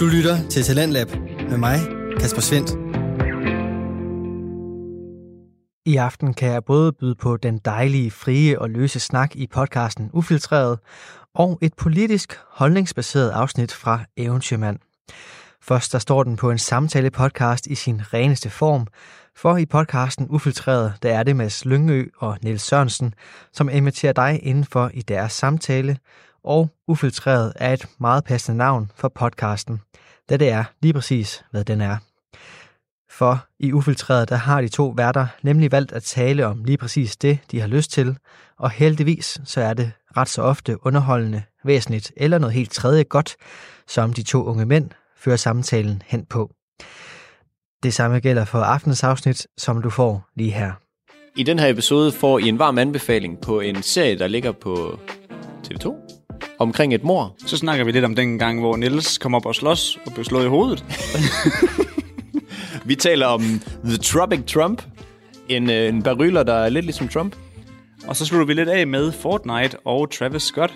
Du lytter til Talentlab med mig, Kasper Svendt. I aften kan jeg både byde på den dejlige, frie og løse snak i podcasten Ufiltreret, og et politisk, holdningsbaseret afsnit fra Eventyrmand. Først der står den på en samtale-podcast i sin reneste form, for i podcasten Ufiltreret, der er det Mads Lyngø og Niels Sørensen, som inviterer dig indenfor i deres samtale, og Ufiltreret er et meget passende navn for podcasten, da det er lige præcis, hvad den er. For i Ufiltreret, der har de to værter nemlig valgt at tale om lige præcis det, de har lyst til, og heldigvis så er det ret så ofte underholdende, væsentligt eller noget helt tredje godt, som de to unge mænd fører samtalen hen på. Det samme gælder for aftens afsnit, som du får lige her. I den her episode får I en varm anbefaling på en serie, der ligger på TV2 omkring et mor. Så snakker vi lidt om den gang, hvor Niels kom op og slås og blev slået i hovedet. Vi taler om The Tropic Trump, en, øh, en baryler, der er lidt ligesom Trump. Og så slutter vi lidt af med Fortnite og Travis Scott.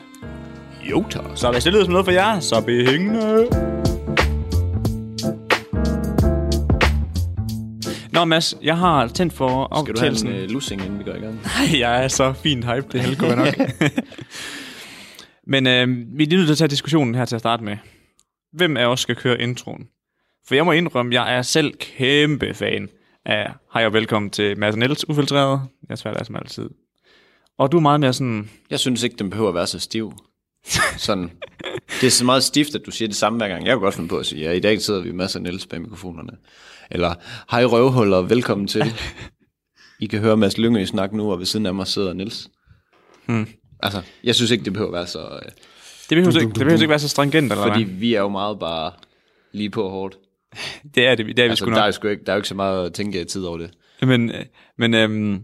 Jo, tak. Så hvis det lyder som noget for jer, så bliv hængende. Nå Mads, jeg har tændt for Skal du have en optagelsen. øh, lussing, inden vi går i gang? Ej, jeg er så fint hype, det hele går nok. Men øh, vi er lige nødt til at tage diskussionen her til at starte med. Hvem af os skal køre introen? For jeg må indrømme, jeg er selv kæmpe fan af Hej og velkommen til Mads og Niels Ufiltreret. Jeg svært er som altid. Og du er meget mere sådan, Jeg synes ikke, den behøver at være så stiv. Sådan. Det er så meget stift, at du siger det samme hver gang. Jeg kunne godt finde på at sige, ja, i dag sidder vi masser af Niels bag mikrofonerne. Eller, hej røvhuller, velkommen til. I kan høre Mads Lyngø snakke nu, og ved siden af mig sidder Niels. Hmm. Altså, jeg synes ikke, det behøver at være så... Øh, det behøver, ikke, det behøver ikke være så stringent, eller fordi Fordi... vi er jo meget bare lige på og hårdt. hvad? Det er det, det er vi Altså, sgu der, er nok. jo sgu ikke, der er jo ikke så meget at tænke i tid over det. Men, øh, men øhm,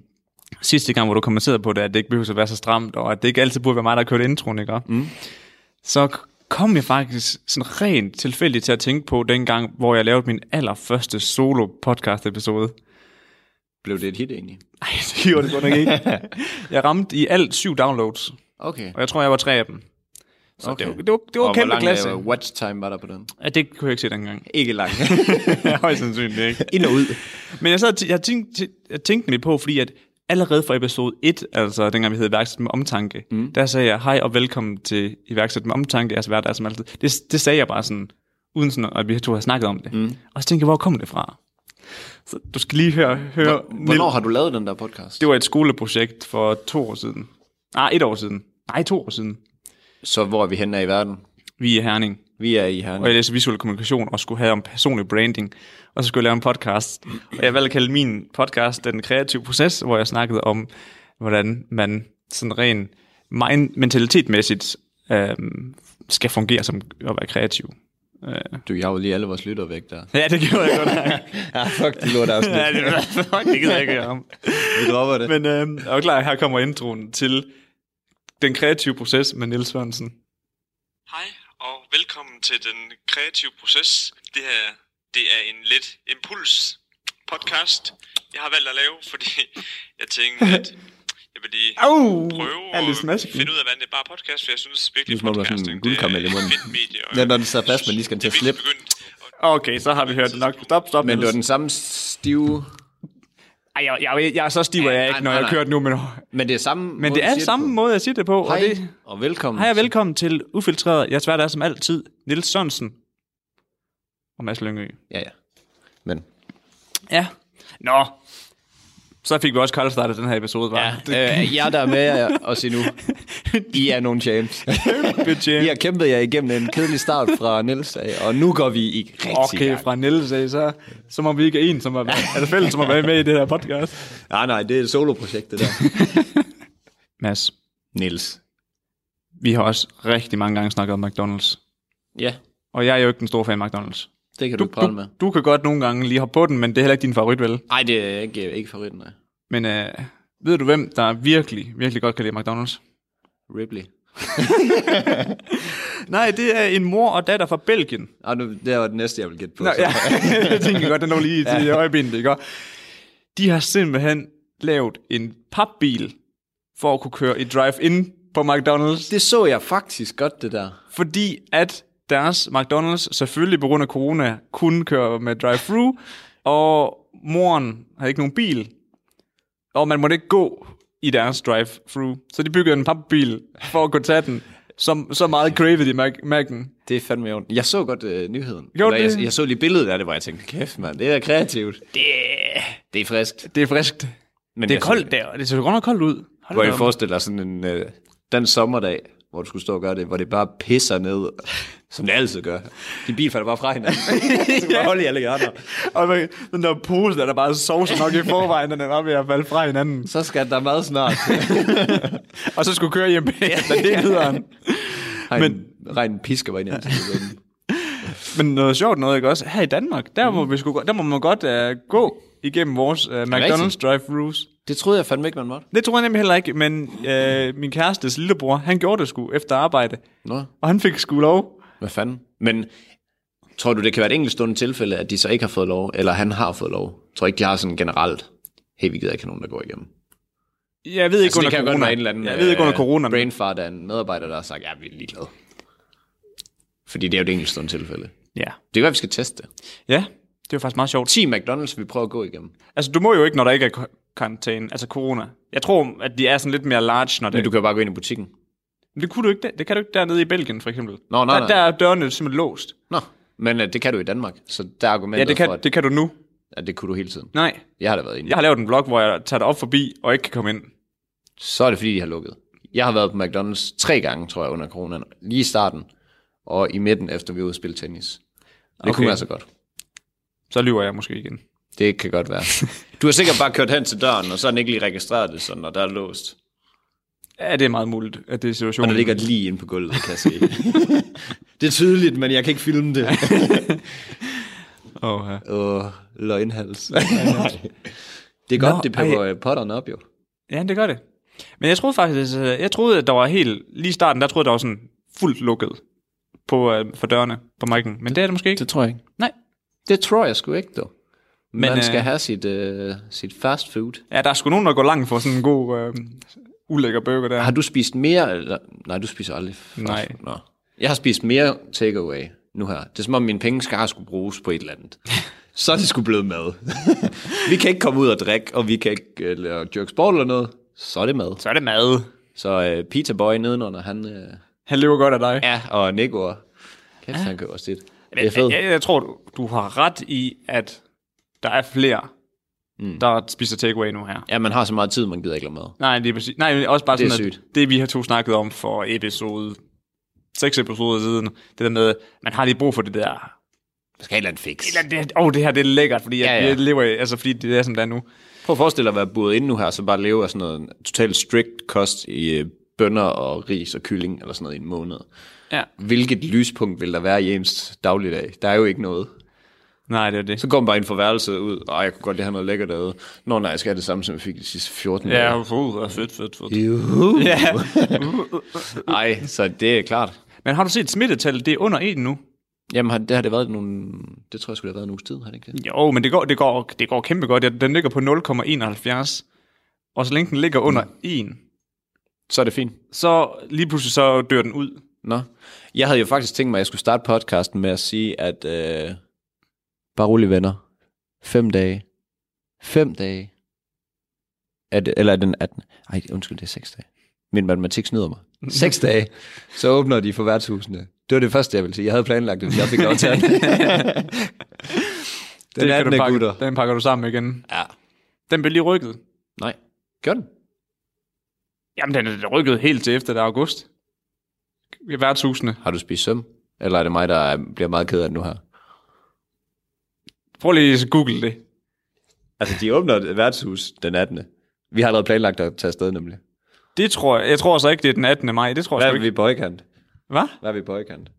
sidste gang, hvor du kommenterede på det, at det ikke behøver at være så stramt, og at det ikke altid burde være mig, der kørte introen, ikke? Mm. Så k- kom jeg faktisk sådan rent tilfældigt til at tænke på den gang, hvor jeg lavede min allerførste solo podcast episode. Blev det et hit egentlig? Nej, det gjorde det godt nok ikke. jeg ramte i alt syv downloads, Okay. og jeg tror, jeg var tre af dem. Så okay. Okay. det var, det var, det var og kæmpe hvor lang klasse. øh, watch time var der på den? Ja, det kunne jeg ikke se dengang. Ikke lang. Højst sandsynligt ikke. Ind og ud. Men jeg, sad, og tæ- jeg, tænkte, jeg tænkte lidt på, fordi at allerede fra episode 1, altså dengang vi hed Iværksæt med omtanke, mm. der sagde jeg hej og velkommen til Iværksæt med omtanke, altså hverdag som altid. Det, det sagde jeg bare sådan, uden sådan, at vi to havde snakket om det. Mm. Og så tænkte jeg, hvor kom det fra? Så du skal lige høre, høre Hvornår har du lavet den der podcast? det var et skoleprojekt for to år siden. Nej, et år siden. Nej, to år siden. Så hvor er vi henne af i verden? Vi er i Herning. Vi er i Herning. og jeg læser visuel kommunikation og skulle have om personlig branding, og så skulle jeg lave en podcast. Og jeg valgte at kalde min podcast Den Kreative Proces, hvor jeg snakkede om, hvordan man sådan ren mind- mentalitetmæssigt øh, skal fungere som at være kreativ. Du jager jo lige alle vores lytter væk der. Ja, det gjorde jeg godt. ja, fuck, det lort afsnit. ja, det, fuck, det gider jeg ikke høre om. Vi dropper det. Men øh, er du klar, her kommer introen til Den Kreative Proces med Niels Sørensen. Hej og velkommen til den kreative proces. Det her det er en lidt impuls podcast, jeg har valgt at lave, fordi jeg tænkte, at jeg vil lige Au! prøve Er at lidt smaskende. finde ud af, hvordan det er bare podcast, for jeg synes virkelig, Det er som Ligesom om, der er sådan en podcasting, guldkaramel i et munden. fedt medie. og Ja, når den sidder fast, man lige skal det til at er virkelig slippe. begyndt at- Okay, så har vi hørt nok. Stop, stop. Men det Niels. var den samme stive... Ej, jeg, jeg, jeg er så stiv, at jeg er nej, ikke, når nej, jeg nej. kører nu, men, Men det er samme men det er samme måde, jeg siger det på. Hej, Og det, og velkommen. hej og velkommen til Ufiltreret. Jeg svært er som altid, Nils Sørensen og Mads Lyngø. Ja, ja. Men Ja. Nå, så fik vi også koldstartet den her episode, var ja. øh, jeg der er med os endnu. I er nogle champs. I har kæmpet jer igennem en kedelig start fra Niels af, og nu går vi i rigtig Okay, gang. fra Niels af, så, så må vi ikke en, som er, er det fælles, som har været med i det her podcast. Nej, nej, det er et soloprojekt, det der. Mads, Niels. vi har også rigtig mange gange snakket om McDonald's. Ja, Og jeg er jo ikke den store fan af McDonald's. det kan du, Du, ikke prale du, med. du kan godt nogle gange lige hoppe på den, men det er heller ikke din favorit, vel? Nej, det er ikke, øh, ikke favoritten, nej. Men øh, ved du, hvem der virkelig, virkelig godt kan lide McDonald's? Ripley. Nej, det er en mor og datter fra Belgien. Ah, nu, det var det næste, jeg vil gætte på. Nå, så. ja, jeg tænker godt, den lå lige til ja. øjebenet, ikke? De har simpelthen lavet en papbil for at kunne køre i drive-in på McDonald's, Det så jeg faktisk godt, det der. fordi at deres McDonald's, selvfølgelig på grund af corona, kun kører med drive-thru, og moren havde ikke nogen bil, og man måtte ikke gå i deres drive-thru. Så de byggede en papbil for at kunne tage den. Så, så meget cravede de Mac- Mac'en. Det er fandme jorden. Jeg så godt øh, nyheden. Gjorde Eller det? Jeg, jeg så lige billedet af det, hvor jeg tænkte, kæft mand, det er da kreativt. Det, det er friskt. Det er friskt. Men Det er jeg- koldt der, og det ser godt nok koldt ud. Hold Hvor da jeg op. forestiller dig sådan en øh, den sommerdag, hvor du skulle stå og gøre det, hvor det bare pisser ned, som det altid gør. Din bil falder bare fra hinanden. Så kan bare holde i alle hjørner. Og med den der pose, der er der bare sovs nok i forvejen, og den var ved at falde fra hinanden. Så skal der meget snart. Og så skulle køre hjem bagefter, det lyder han. Men regnen pisker mig ind i ansigtet. Men noget sjovt noget, ikke også? Her i Danmark, der Mm. må, vi sgu, godt- der må man godt uh, gå igennem vores uh, McDonald's rigtigt? drive-thrus. Det troede jeg fandme ikke, man måtte. Det tror jeg nemlig heller ikke, men øh, min kærestes lillebror, han gjorde det sgu efter arbejde. Nå, Og han fik sgu lov. hvad fanden? Men tror du, det kan være et enkeltstående tilfælde, at de så ikke har fået lov, eller han har fået lov? Jeg tror ikke, de har sådan generelt, hey, vi gider ikke have nogen, der går igennem. Jeg ved ikke Altså, det under kan jo corona. godt være en eller anden øh, jeg ved ikke under corona, men brain fart af en medarbejder, der har sagt, ja, vi er ligeglade. Fordi det er jo et enkeltstående tilfælde. ja. Det kan være, vi skal teste det. ja, det er faktisk meget sjovt. 10 McDonald's, vi prøver at gå igennem. Altså, du må jo ikke, når der ikke er k- karantæne, altså corona. Jeg tror, at de er sådan lidt mere large, når det Men du kan jo bare gå ind i butikken. Men det kunne du ikke, der- det kan du ikke dernede i Belgien, for eksempel. Nå, nej, der, nej. der er dørene simpelthen låst. Nå, men øh, det kan du i Danmark, så der er argumentet Ja, det for, kan, at det kan du nu. at det kunne du hele tiden. Nej, Jeg har da været inde. jeg Ja. har lavet en blog, hvor jeg tager dig op forbi og ikke kan komme ind. Så er det, fordi de har lukket. Jeg har været på McDonald's tre gange, tror jeg, under coronaen. Lige i starten, og i midten, efter vi var ude at spille tennis. Det okay. Okay. kunne være så godt. Så lyver jeg måske igen. Det kan godt være. Du har sikkert bare kørt hen til døren, og så har den ikke lige registreret det sådan, og der er låst. Ja, det er meget muligt, at det er Og situationen. der ligger lige inde på gulvet, kan jeg se. det er tydeligt, men jeg kan ikke filme det. Åh, ja. Åh, oh, løgnhals. det er godt, Nå, Nå, det pepper øh, potterne op, jo. ja, det gør det. Men jeg troede faktisk, øh, jeg troede, at der var helt, lige i starten, der troede, der var sådan fuldt lukket på, øh, for dørene på mic'en. Men det er det måske ikke. Det tror jeg ikke. Nej. Det tror jeg sgu ikke, dog. Men, Men, Man øh, skal have sit, øh, sit fast food. Ja, der er sgu nogen, der går langt for sådan en god, øh, ulækker burger der. Har du spist mere? Eller? Nej, du spiser aldrig fast Nej. food. Nå. Jeg har spist mere takeaway nu her. Det er som om, mine penge skal skulle bruges på et eller andet. Så er det skulle blevet mad. vi kan ikke komme ud og drikke, og vi kan ikke øh, lave jerk sport eller noget. Så er det mad. Så er det mad. Så øh, Peter Boy nedenunder, han... Øh, Han lever godt af dig. ja, og Nico. Kæft, han køber også lidt. Det er Jeg, fedt. jeg, jeg tror, du, du har ret i, at der er flere, mm. der spiser takeaway nu her. Ja, man har så meget tid, man gider ikke lade mad. Nej, det er præcis. Nej, men også bare Det er sådan, sygt. at det vi har to snakket om for episode, seks episoder siden, det der med, man har lige brug for det der, Man skal have et eller andet fix. eller det, oh, det her det er lækkert, fordi ja, Ja, ja. ja. jeg lever i, altså fordi det er som det er nu. Prøv at forestille dig at være buret inde nu her, så bare leve af sådan noget totalt strict kost i øh, bønner og ris og kylling eller sådan noget i en måned. Ja. Hvilket lyspunkt vil der være i ens dagligdag? Der er jo ikke noget. Nej, det er det. Så går man bare ind for værelset ud. Ej, jeg kunne godt lige have noget lækkert derude. Nå nej, jeg skal have det samme, som jeg fik de sidste 14 Ja, dage. uh, fedt, fedt, fedt. Juhu. Ej, så det er klart. Men har du set smittetallet? Det er under 1 nu. Jamen, har, det har det været nogle... Det tror jeg skulle have været en uges tid, har det ikke det? Jo, men det går, det går, det går kæmpe godt. Ja, Den ligger på 0,71. Og så længe den ligger under Mm. 1, Så er det fint. så lige pludselig så dør den ud. Nå. Jeg havde jo faktisk tænkt mig, at jeg skulle starte podcasten med at sige, at øh, bare rolig venner. Fem dage. Fem dage. Er det, eller er det den 18. Ej, undskyld, det er seks dage. Min matematik snyder mig. Seks dage, så åbner de for værtshusene. Det var det første, jeg ville sige. Jeg havde planlagt det, men jeg fik lov til at... den det kan 18. du pakke, gutter. Den pakker du sammen igen. Ja. Den blev lige rykket. Nej. Gør den. Jamen, den er rykket helt til efter det er august. I værtshusene. Har du spist søm? Eller er det mig, der er- bliver meget ked af det nu her? Prøv lige at google det. Altså, de åbner et værtshus den 18. Vi har allerede planlagt at tage afsted, nemlig. Det tror jeg. Jeg tror så ikke, det er den 18. maj. Det tror jeg Hvad sgu er ikke. vi boykant? Hvad? Hvad er vi boykant?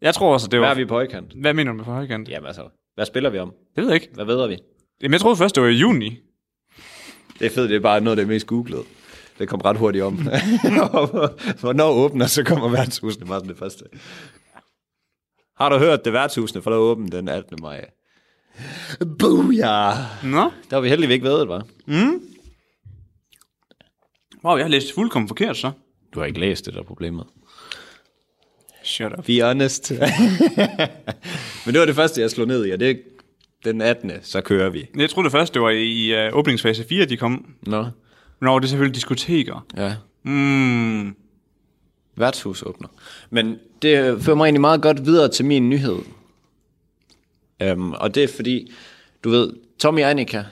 Jeg tror også, det Hvad var... er vi boykant? Hvad mener du med forhøjkant? Jamen altså, hvad spiller vi om? Det ved jeg ikke. Hvad ved vi? Jamen, jeg troede først, det var i juni. Det er fedt, det er bare noget af det mest googlede. Det kom ret hurtigt om. Hvornår åbner, så kommer værtshusene bare som det første. Har du hørt det værtshusene, for der åbner den 18. maj. Booyah! Nå? Der var vi heldigvis ikke ved det, var. Wow, jeg har læst fuldkommen forkert, så. Du har ikke læst det, der er problemet. Shut up. Be honest. Men det var det første, jeg slog ned i, og det er den 18. så kører vi. Jeg tror det første, det var i uh, åbningsfase 4, de kom. Nå, Nå, det er selvfølgelig diskoteker. ja. Mm. Værtshus åbner. Men det fører mig egentlig meget godt videre til min nyhed. Um, og det er fordi, du ved, Tommy Anika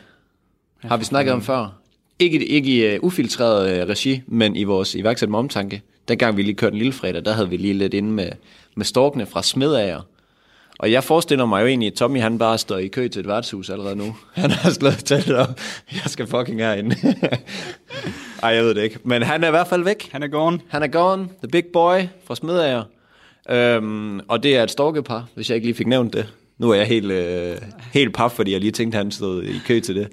har vi snakket om før. Ikke, ikke i uh, ufiltreret uh, regi, men i vores iværksæt med omtanke. Dengang vi lige kørte en lille fredag, der havde vi lige lidt inde med, med storkene fra Smedager. Og jeg forestiller mig jo egentlig, at Tommy han bare står i kø til et værtshus allerede nu. Han har slået teltet op. Jeg skal fucking herind. Ej, jeg ved det ikke. Men han er i hvert fald væk. Han er gone. Han er gone, the big boy fra Smedager. Øhm, og det er et storkepar, hvis jeg ikke lige fik nævnt det. Nu er jeg helt, øh, helt paf, fordi jeg lige tænkte, han stod i kø til det.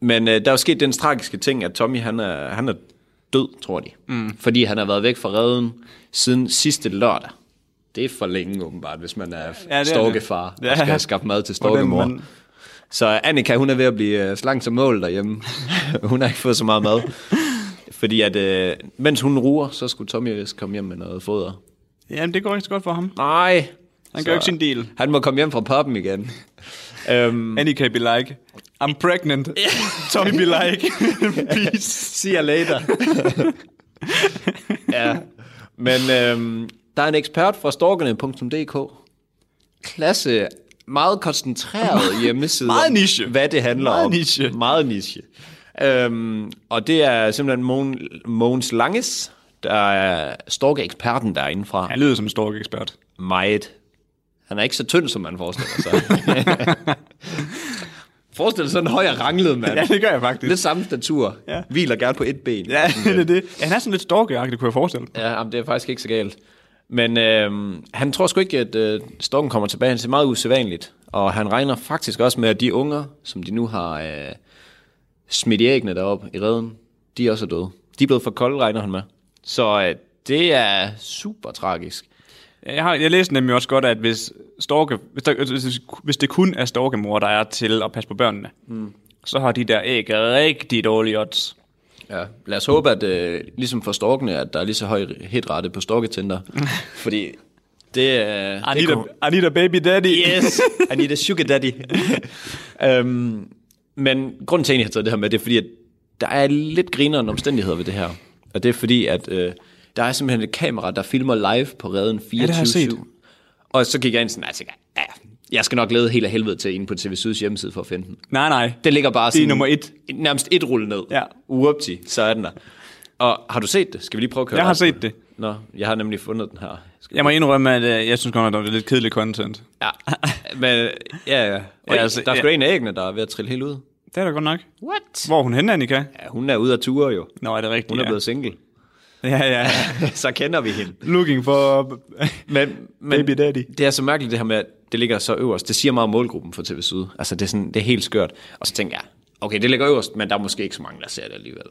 Men øh, der er jo sket den tragiske ting, at Tommy han er, han er død, tror de. Mm. Fordi han har været væk fra redden siden sidste lørdag. Det er for længe åbenbart, hvis man er, er ja, det. storkefar ja. Ja. og skal skaffe mad til storkemor. Hvordan man- Så Annika, hun er ved at blive øh, slank som mål derhjemme. hun har ikke fået så meget mad. Fordi at, øh, mens hun ruer, så skulle Tommy vist komme hjem med noget foder. Jamen, det går ikke så godt for ham. Nej, Han gør jo ikke sin del. han må komme hjem fra poppen igen. øhm, Annika be like, I'm pregnant. Tommy be like, peace. See you later. ja, men øhm, der er en ekspert fra storkerne.dk. Klasse, meget koncentreret hjemmeside. Meget om, niche. Hvad det handler Meget om. niche. Meget niche. Øhm, og det er simpelthen Mogens- Mogens Langes, der er storkeeksperten derinde fra. Han lyder som en stork ekspert. meget. Han er ikke så tynd, som man forestiller sig. Forestil dig sådan en høj og ranglet mand. Ja, det gør jeg faktisk. Lidt samme statur. Ja. Ja. Hviler gerne på et ben. Ja, det er det. Ja, han er sådan lidt stalkeragtig, kunne jeg forestille mig. ja jamen, det er faktisk ikke så galt. Men øh, han tror sgu ikke, at øh, storken kommer tilbage. Det er meget usædvanligt. Og han regner faktisk også med, at de unger, som de nu har øh, smidt i æggene deroppe i redden, de også er døde. De er blevet for kolde, regner han med. Så øh, det er super tragisk. Jeg, har, jeg læste nemlig også godt, at hvis, storke, hvis, der, hvis, hvis det kun er storkemor, der er til at passe på børnene, mm. så har de der æg rigtig dårlige odds. Ja, lad os håbe, at øh, ligesom for storkene, at der er lige så høj hitrate på storketænder. fordi det er... I need, a, I need a baby daddy. Yes, I need a sugar daddy. øhm, men grunden til, at jeg har taget det her med, det er fordi, at der er lidt grinerende omstændigheder ved det her. Og det er fordi, at øh, der er simpelthen et kamera, der filmer live på redden 24-7. det har jeg set. Og så gik jeg ind sådan, altså, ja, jeg skal nok lede helt af helvede til inde på TV Syds hjemmeside for at finde den. Nej, nej. Det ligger bare er sådan... nummer et. Nærmest et rulle ned. Ja. Uopti, så er den der. Og har du set det? Skal vi lige prøve at køre Jeg har resten? set det. Nå, jeg har nemlig fundet den her. Skal- Jeg må indrømme, at øh, jeg synes godt, nok, at det er lidt kedelig content. Ja, men, ja, ja. Og Ja, ja altså, altså, der er sgu ja. ja. en af æggene, der er ved at trille helt ud. Det er da godt nok. What? Hvor er hun henne, Annika? Ja, hun er ude af ture jo. Nå, er det rigtigt? Hun er ja. blevet single. Ja, ja. så kender vi hende. Looking for Men, men Baby daddy. det er så mærkeligt det her med, at det ligger så øverst. Det siger meget om målgruppen for TV Syd. Altså det er, sådan, det er helt skørt. Og så tænker jeg, okay, det ligger øverst, men der er måske ikke så mange, der ser det alligevel.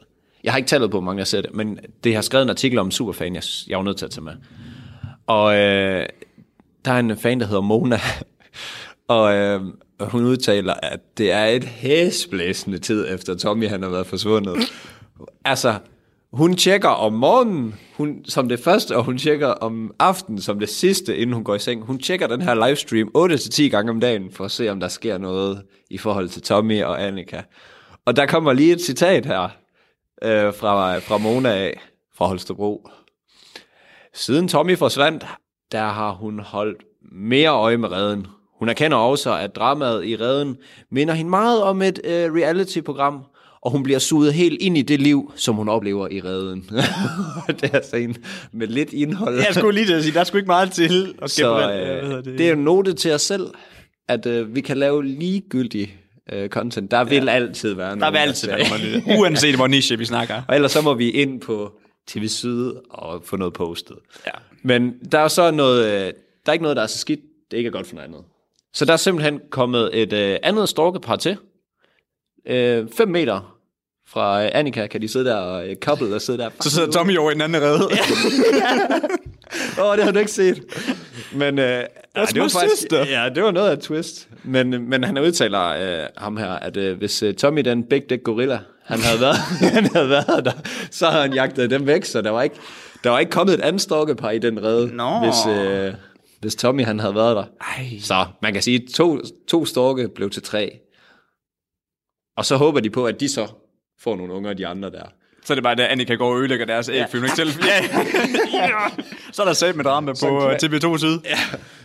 Jeg har ikke tallet på, hvor mange der ser det, men det jeg har skrevet en artikel om Superfan, jeg, jeg var nødt til at tage med. Og øh, der er en fan, der hedder Mona, og øh, hun udtaler, at det er et hæsblæsende tid, efter Tommy han har været forsvundet. Altså, hun tjekker om morgenen hun, som det første, og hun tjekker om aftenen som det sidste, inden hun går i seng. Hun tjekker den her livestream 8-10 gange om dagen, for at se, om der sker noget i forhold til Tommy og Annika. Og der kommer lige et citat her øh, fra, fra Mona af, fra Holstebro. Siden Tommy forsvandt, der har hun holdt mere øje med redden. Hun erkender også, at dramaet i redden minder hende meget om et øh, reality-program, og hun bliver suget helt ind i det liv, som hun oplever i redden. det er altså en med lidt indhold. Jeg skulle lige til at sige, der skulle ikke meget til at Så Så, øh, det er jo note til os selv, at øh, vi kan lave ligegyldig øh, content. Der vil altid være Der vil altid være noget. nummer Uanset hvor niche vi snakker. Og ellers så må vi ind på TV Syd og få noget postet. Ja. Men der er jo så noget, øh, der er ikke noget, der er så skidt. Det ikke er godt for noget andet. Så der er simpelthen kommet et øh, andet storkepar til. 5 fem meter fra øh, Annika kan de sidde der og øh, couple og sidde der. Så sidder Tommy over i den anden redde. Åh, oh, det har du ikke set. Men øh, ej, det, var my faktisk, sister. ja, det var noget af et twist. Men, men han udtaler øh, ham her, at øh, hvis øh, Tommy den Big Dick Gorilla, han havde været, han havde været der, så havde han jagtet dem væk, så der var ikke, Der var ikke kommet et andet storkepar i den rede, Nå. hvis, øh, hvis Tommy han havde været der. Ej. Så man kan sige, at to, to storke blev til tre. Og så håber de på, at de så får nogle unger af de andre der. Så er det bare, at Annika går og ødelægger deres æg, fordi hun ikke selv... Ja. ja. Så er der sat med drama på øh, TV2-side. Ja.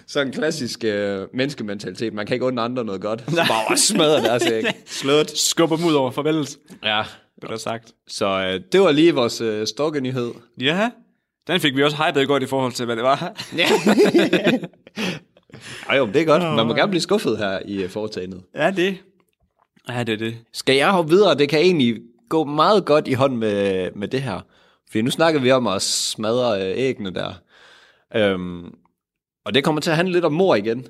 Sådan en klassisk øh, menneskementalitet. Man kan ikke unde andre noget godt. Så bare bare smadrer deres æg. Slut. Skubber dem ud over farvelet, Ja. blev der sagt. Så øh, det var lige vores øh, storkenyhed. Ja, den fik vi også hypet godt i forhold til, hvad det var. Ja. Ej, jo, men det er godt. Man må gerne blive skuffet her i øh, foretagendet. Ja, det. Ja, det er det. Skal jeg hoppe videre? Det kan egentlig gå meget godt i hånd med, med det her. Fordi nu snakker vi om at smadre øh, æggene der. Øhm, og det kommer til at handle lidt om mor igen.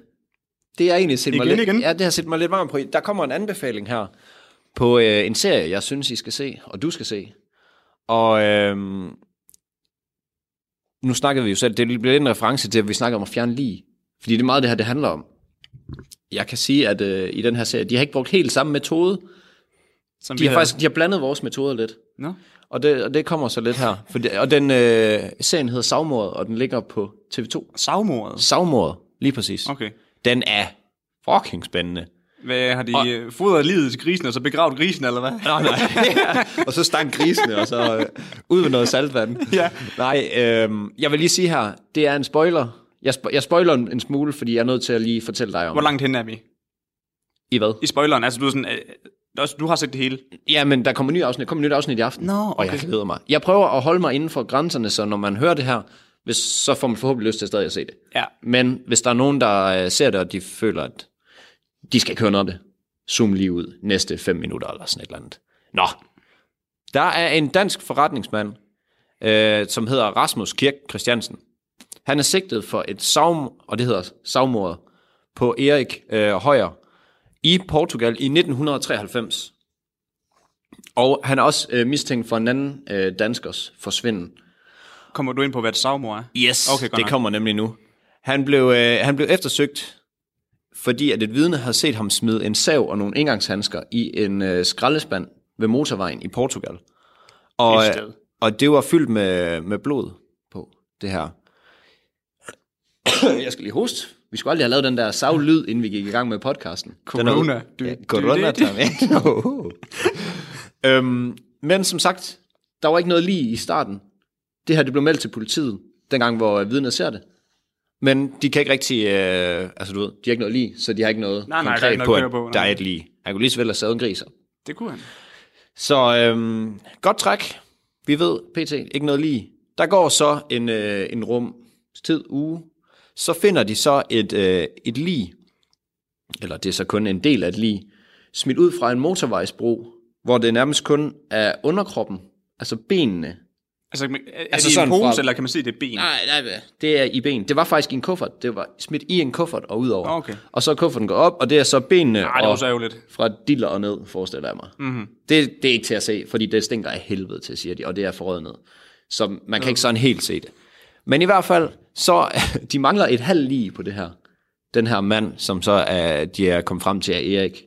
Det er egentlig set mig Igen, lidt, igen? Ja, det har set mig lidt varm på. Der kommer en anbefaling her på øh, en serie, jeg synes, I skal se, og du skal se. Og øhm, nu snakker vi jo selv, det bliver lidt en reference til, at vi snakker om at fjerne lige. Fordi det er meget det her, det handler om. Jeg kan sige, at øh, i den her serie, de har ikke brugt helt samme metode, Som de har faktisk de har blandet vores metoder lidt. Nå. Og det, og det kommer så lidt her. For det, og den øh, serien hedder Savmordet, og den ligger på TV2. Savmordet. Savmordet, lige præcis. Okay. Den er fucking spændende. Hvad, har de og... fodret livet til grisen, og så begravet grisen, eller hvad? Nå, nej. og så stank grisene, og så øh, ud med noget saltvand. Ja. Nej, øh, jeg vil lige sige her, det er en spoiler. Jeg, spo- jeg spoiler en, en smule, fordi jeg er nødt til at lige fortælle dig om Hvor langt hen er vi? I hvad? I spoileren, altså du er sådan... Øh, også, du har set det hele. Ja, men der kommer ny afsnit. Der kommer nyt afsnit i aften. Nå, Og jeg okay. glæder mig. Jeg prøver at holde mig inden for grænserne, så når man hører det her, hvis, så får man forhåbentlig lyst til stadig at se det. Ja. Men hvis der er nogen, der øh, ser det, og de føler, at de skal ikke høre noget af det, zoom lige ud næste 5 minutter eller sådan et eller andet. Nå. Der er en dansk forretningsmand, øh, som hedder Rasmus Kirk Christiansen. Han er sigtet for et savm, og det hedder savmordet, på Erik øh, Højer i Portugal i 1993. Og han er også øh, mistænkt for en anden øh, danskers forsvinden. Kommer du ind på, hvad et savmor er? Yes, Okay, okay, godt det nok. kommer nemlig nu. Han blev, øh, han blev eftersøgt, fordi at et vidne havde set ham smide en sav og nogle engangshandsker i en øh, skraldespand ved motorvejen i Portugal. Og, øh, Et sted. og det var fyldt med, med blod på det her. Jeg skal lige hoste. Vi skulle aldrig have lavet den der savlyd, inden vi gik i gang med podcasten. Den er- Corona. Du- Ja, du- corona det- det- Tom. øhm, men som sagt, der var ikke noget lige i starten. Det her det blev meldt til politiet, dengang hvor øh, vidnet ser det. Men de kan ikke rigtig, øh, altså du ved, de har ikke noget lige, så de har ikke noget Nej, nej, der er konkret ikke noget på, at at køre på, nej. der er et lige. Han kunne lige så vel have savet en gris. op. Det kunne han. Så øhm, godt træk. Vi ved, pt. ikke noget lige. Der går så en, øh, en rum tid, uge. Så finder de så et, øh, et lig, eller det er så kun en del af et lig, smidt ud fra en motorvejsbro, hvor det nærmest kun er underkroppen, altså benene. Altså, men, er, Altså altså, er det en sådan pose, fra- Ah. eller kan man se det er ben? Nej, nej, det er i ben. Det var faktisk i en kuffert. Det var smidt i en kuffert og ud over. Ah, Okay. Og så er kufferten går op, og det er så benene Nej, det var og så ærgerligt. fra diller og ned, forestiller jeg mig. Mhm. Det, det er ikke til at se, fordi det stinker af helvede til, siger de, og det er forrøget ned. Så man kan ikke sådan helt se det. Men i hvert fald, så de mangler et halvt lige på det her. Den her mand, som så er, de er kommet frem til, er Erik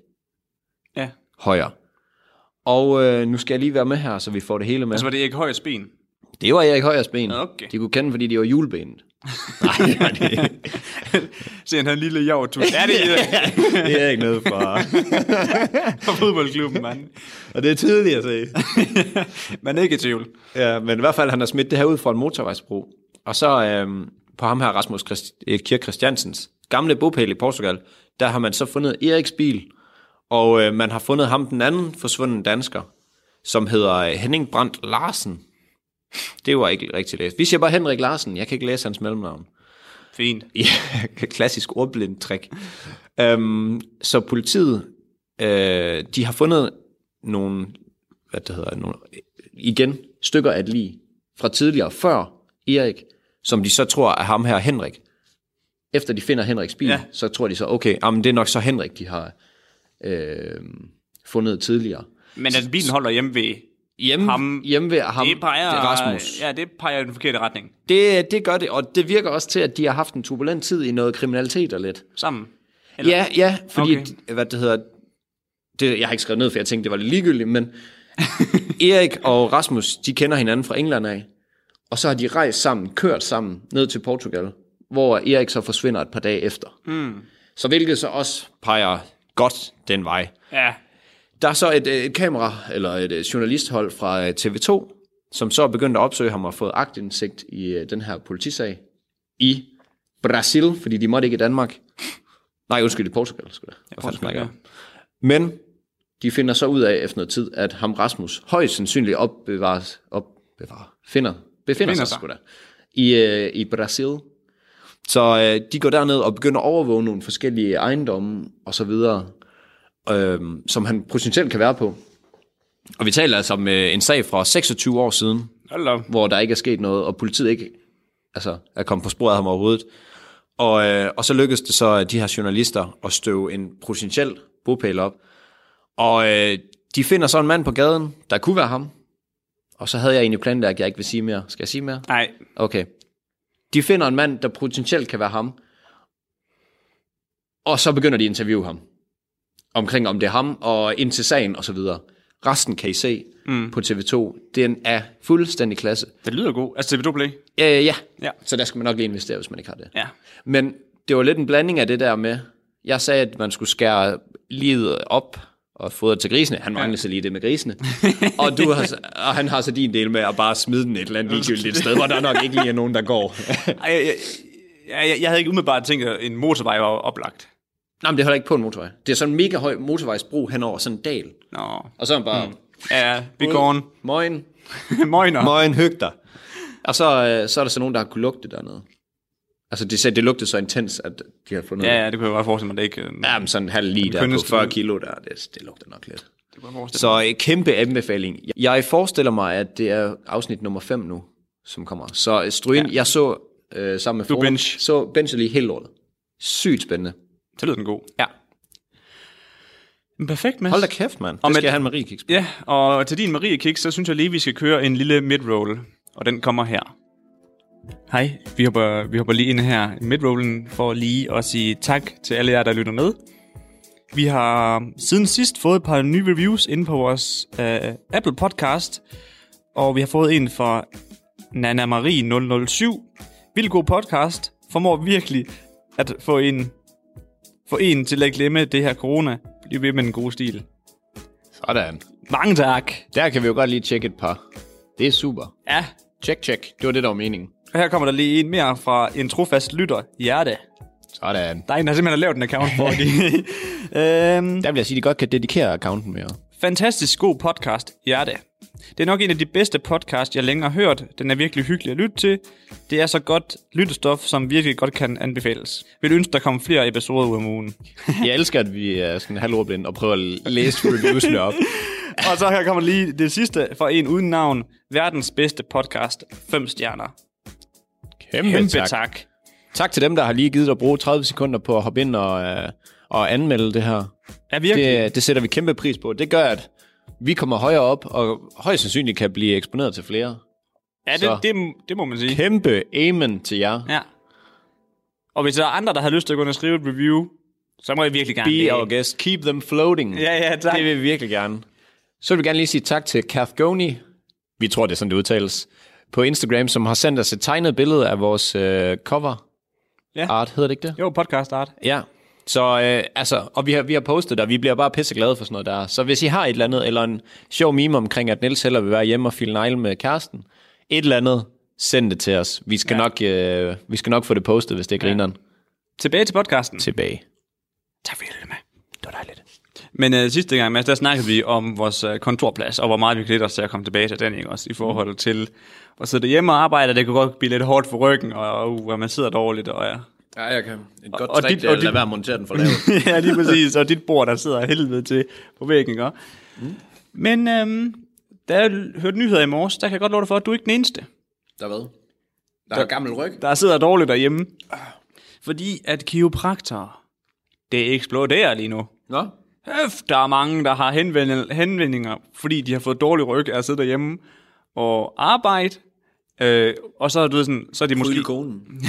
Ja. Højer. Og øh, nu skal jeg lige være med her, så vi får det hele med. Altså var det ikke højt ben? Det var Erik Højers ben. Okay. De kunne kende, fordi det var julebenet. Nej, det var det ikke. Se, han havde en lille javtus. Ja, det er det er ikke noget for. fra fodboldklubben, mand. Og det er tydeligt at se. Man er ikke i tvivl. Ja, men i hvert fald, han har smidt det her ud fra en motorvejsbro. Og så øhm, på ham her, Rasmus Christ- eh, Kirk Christiansens gamle bopæl i Portugal, der har man så fundet Eriks bil, og øh, man har fundet ham den anden forsvundne dansker, som hedder øh, Henning Brandt Larsen. Det var ikke rigtig læst. Vi siger bare Henrik Larsen, jeg kan ikke læse hans mellemnavn. Fint. Ja, klassisk ordblind trick. øhm, så politiet, øh, de har fundet nogle, hvad det hedder, nogle, igen, stykker af et lig fra tidligere, før Erik, som de så tror er ham her, Henrik. Efter de finder Henriks bil, Ja. ja. så tror de så, okay, jamen, det er nok så Henrik, de har øh, fundet tidligere. Men at bilen holder hjemme ved... Hjemme, Ham- hjemme ved ham, Det peger, det er Rasmus. Ja, det peger i den forkerte retning. Det, det gør det, og det virker også til, at de har haft en turbulent tid i noget kriminalitet og lidt. Sammen. Eller- Ja, ja, fordi, Okay. okay. hvad det hedder, det, jeg har ikke skrevet ned, for jeg tænkte, det var lidt ligegyldigt, men Erik og Rasmus, de kender hinanden fra England af, Og så har de rejst sammen, kørt sammen ned til Portugal, hvor Erik så forsvinder et par dage efter. Mm. Hmm. Så hvilket så også peger godt den vej. Ja. Der er så et, øh, et kamera, eller et øh, journalisthold fra øh, TV2, som så er begyndt at opsøge ham og fået agtindsigt i øh, den her politisag i Brasil, fordi de måtte ikke i Danmark. Nej, undskyld, i Portugal, skulle jeg. Hvad fanden Portugal, snakker jeg om? Men de finder så ud af efter noget tid, at ham Rasmus højst sandsynligt opbevares, opbevarer, finder, befinder Befinder sig, sig. sig. Der, i, øh, i Brasil. Så øh, de går derned og begynder at overvåge nogle forskellige ejendomme og så videre, øh, som han potentielt kan være på. Og vi taler altså om øh, en sag fra 26 år siden, Hold op. hvor der ikke er sket noget, og politiet ikke altså, er kommet på sporet af ham overhovedet. Og, øh, og så lykkedes det så øh, de her journalister at støve en potentiel bopæl op. Og øh, de finder så en mand på gaden, der kunne være ham. Og så havde jeg egentlig planlagt, at jeg ikke vil sige mere. Skal jeg sige mere? Nej. Okay. De finder en mand, der potentielt kan være ham. Og så begynder de at interviewe ham. Omkring om det er ham, og ind til sagen og så videre. Resten kan I se mm. på TV2. Den er fuldstændig klasse. Det lyder god. Altså, TV2 Play. Øh, ja. Ja. Så der skal man nok lige investere, hvis man ikke har det. Ja. Men det var lidt en blanding af det der med, jeg sagde, at man skulle skære livet op og fodre til grisene. Han manglede så lige det med grisene. og, du har, og han har så din del med at bare smide den et eller andet ligegyldigt sted, hvor der nok ikke lige er nogen, der går. Ej, jeg, jeg, jeg, jeg havde ikke umiddelbart tænkt, at en motorvej var oplagt. Nej, men det holder ikke på en motorvej. Det er sådan en mega høj motorvejsbro hen over sådan en dal. Nå. Og så er han bare... Mm. Ja, vi går en. Moin. Møgner. Moin, hyg dig. Og så, øh, så er der så nogen, der har kunne lugte dernede. Altså, det, sagde, det lugtede så intens, at de har fundet Ja, det. ja, det kunne jeg godt forestille mig, det ikke... øh, Ja, men sådan en halv lige der på kønneste 40 lyd. kilo der, det, det lugter nok lidt. Det kunne jeg forestille Så øh, kæmpe anbefaling. Jeg forestiller mig, at det er afsnit nummer 5 nu, som kommer. Så øh, Stryen, ja. jeg så øh, sammen med Du Forum, binge. så bench lige helt lortet. Sygt spændende. mig. Så lyder den god. Ja. Men Perfekt, Mads. Hold da kæft, mand. Og Det med- skal han Marie kigge Ja, og til din Marie Kiks, så synes jeg lige, vi skal køre en lille midroll, og den kommer her. Hej, vi hopper, vi hopper lige ind her i midrollen for lige at sige tak til alle jer, der lytter med. Vi har siden sidst fået et par nye reviews inde på vores øh, Apple podcast, og vi har fået en fra Nana Marie 007. Vildt god podcast. Formår virkelig at få en, få en til at glemme det her corona. Bliv ved med den gode stil. Sådan. Mange tak. Der kan vi jo godt lige tjekke et par. Det er super. Ja, Check, check. Det var det, der var meningen. og her kommer der lige en mere fra en trofast lytter, Hjerte. Sådan. Der er en, der simpelthen har lavet en account for det. øhm, Der vil jeg sige, at de godt kan dedikere accounten mere. fantastisk god podcast, Hjerte. Det er nok en af de bedste podcast, jeg længere har hørt. Den er virkelig hyggelig at lytte til. Det er så godt lyttestof, som virkelig godt kan anbefales. Vil ønske, der kommer flere episoder ud om ugen. Jeg elsker, at vi er sådan halvordblinde og prøver at læse reviewsene op. Og så her kommer lige det sidste fra en uden navn. Verdens bedste podcast. 5 stjerner. Kæmpe, Kæmpe tak. tak. Tak til dem, der har lige givet at bruge 30 sekunder på at hoppe ind og, øh, og anmelde det her. Ja, virkelig. Det, det sætter vi kæmpe pris på. Det gør, at vi kommer højere op, og højst sandsynligt kan blive eksponeret til flere. ja, så- det, det, det må man sige. Kæmpe amen til jer. Ja. Og hvis der er andre, der har lyst til at gå ind og skrive et review, så må jeg virkelig gerne Be det. our guest. Keep them floating. Ja, ja, tak. Det vil vi virkelig gerne. Så vil vi gerne lige sige tak til Kafgoni. Vi tror, det er sådan, det udtales. På Instagram, som har sendt os et tegnet billede af vores øh, cover. Ja. Art hedder det ikke det? Jo, podcast art. Ja. Så øh, altså, og vi har, vi har postet der, vi bliver bare pisseglade for sådan noget der. Så hvis I har et eller andet, eller en sjov meme omkring, at Niels heller vil være hjemme og file negle med kæresten, et eller andet, send det til os. Vi skal, ja. nok, øh, vi skal nok få det postet, hvis det er grineren, Tilbage til podcasten. tilbage. Tak fordi du lyttede med. Det var dejligt. Men øh, sidste gang, Mads, der snakkede vi om vores øh, kontorplads, og hvor meget vi glæder os til at komme tilbage til den, ikke også? I forhold Mm. til at sidde hjemme og arbejde, det kan godt blive lidt hårdt for ryggen, og uh, man sidder dårligt, og ja. Ja, jeg kan. Et godt og dit- det er og at dit- lade være at montere den for lavt. ja, lige præcis. Og dit bord, der sidder af helvede til på væggen, ikke? også? Mm. Men øhm, da jeg l- hørte nyheder i morges, der kan jeg godt love dig for, at du er ikke den eneste. der hvad? Der er gammel ryg. der sidder dårligt derhjemme. Fordi at kiropraktorer, det eksploderer lige nu. Nå? Øf, der er mange, der har henvend- henvendinger, fordi de har fået dårlig ryg af at sidde derhjemme og arbejde. Øh, og så er, du ved, sådan, så er de måske... konen.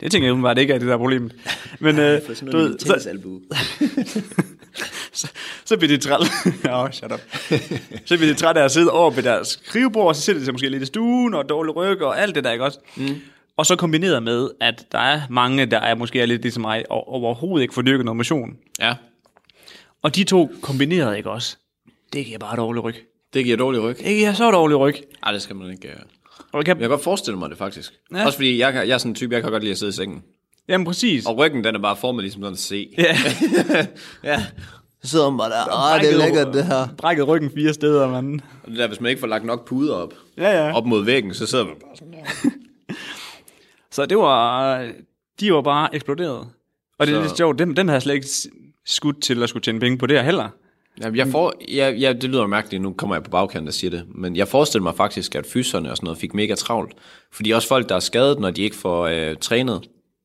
Det tænker jeg umiddelbart ikke er det der er problemet. Men øh, du ved, så, tennisalbue. så, så bliver de trætte. oh, shut up. så bliver de trætte af at sidde over ved deres skrivebord, og så sidder de sig måske lidt i stuen, og dårlig ryg, og alt det der, ikke også? Mm. Og så kombineret med, at der er mange, der er måske er lidt ligesom mig, og overhovedet ikke får dyrket noget motion. Ja, Og de to kombineret, ikke også? Det giver bare dårlig ryg. det giver dårlig ryg. Det giver så dårlig ryg. Nej, det skal man ikke gøre. Og kan, Jeg kan godt forestille mig det, faktisk. Ja. Ja. Også fordi, jeg, kan, jeg er sådan en type, jeg kan godt lide at sidde i sengen. Jamen præcis. Og ryggen, den er bare formet ligesom sådan en C. Ja. Så sidder man bare der, Åh, det er lækkert, det her. Brækket ryggen fire steder, mand. Og det der, hvis man ikke får lagt nok puder op, Ja, ja. op mod væggen, så sidder man bare sådan. Så det var, de var bare eksploderet. Og det er Så- lidt sjovt, dem, dem havde jeg slet ikke s- skudt til at skulle tjene penge på det her heller. Jamen, jeg får, jeg, jeg, det lyder mærkeligt, nu kommer jeg på bagkanten og siger det, men jeg forestiller mig faktisk, at fyserne og sådan noget fik mega travlt. Fordi også folk, der er skadet, når de ikke får øh, trænet,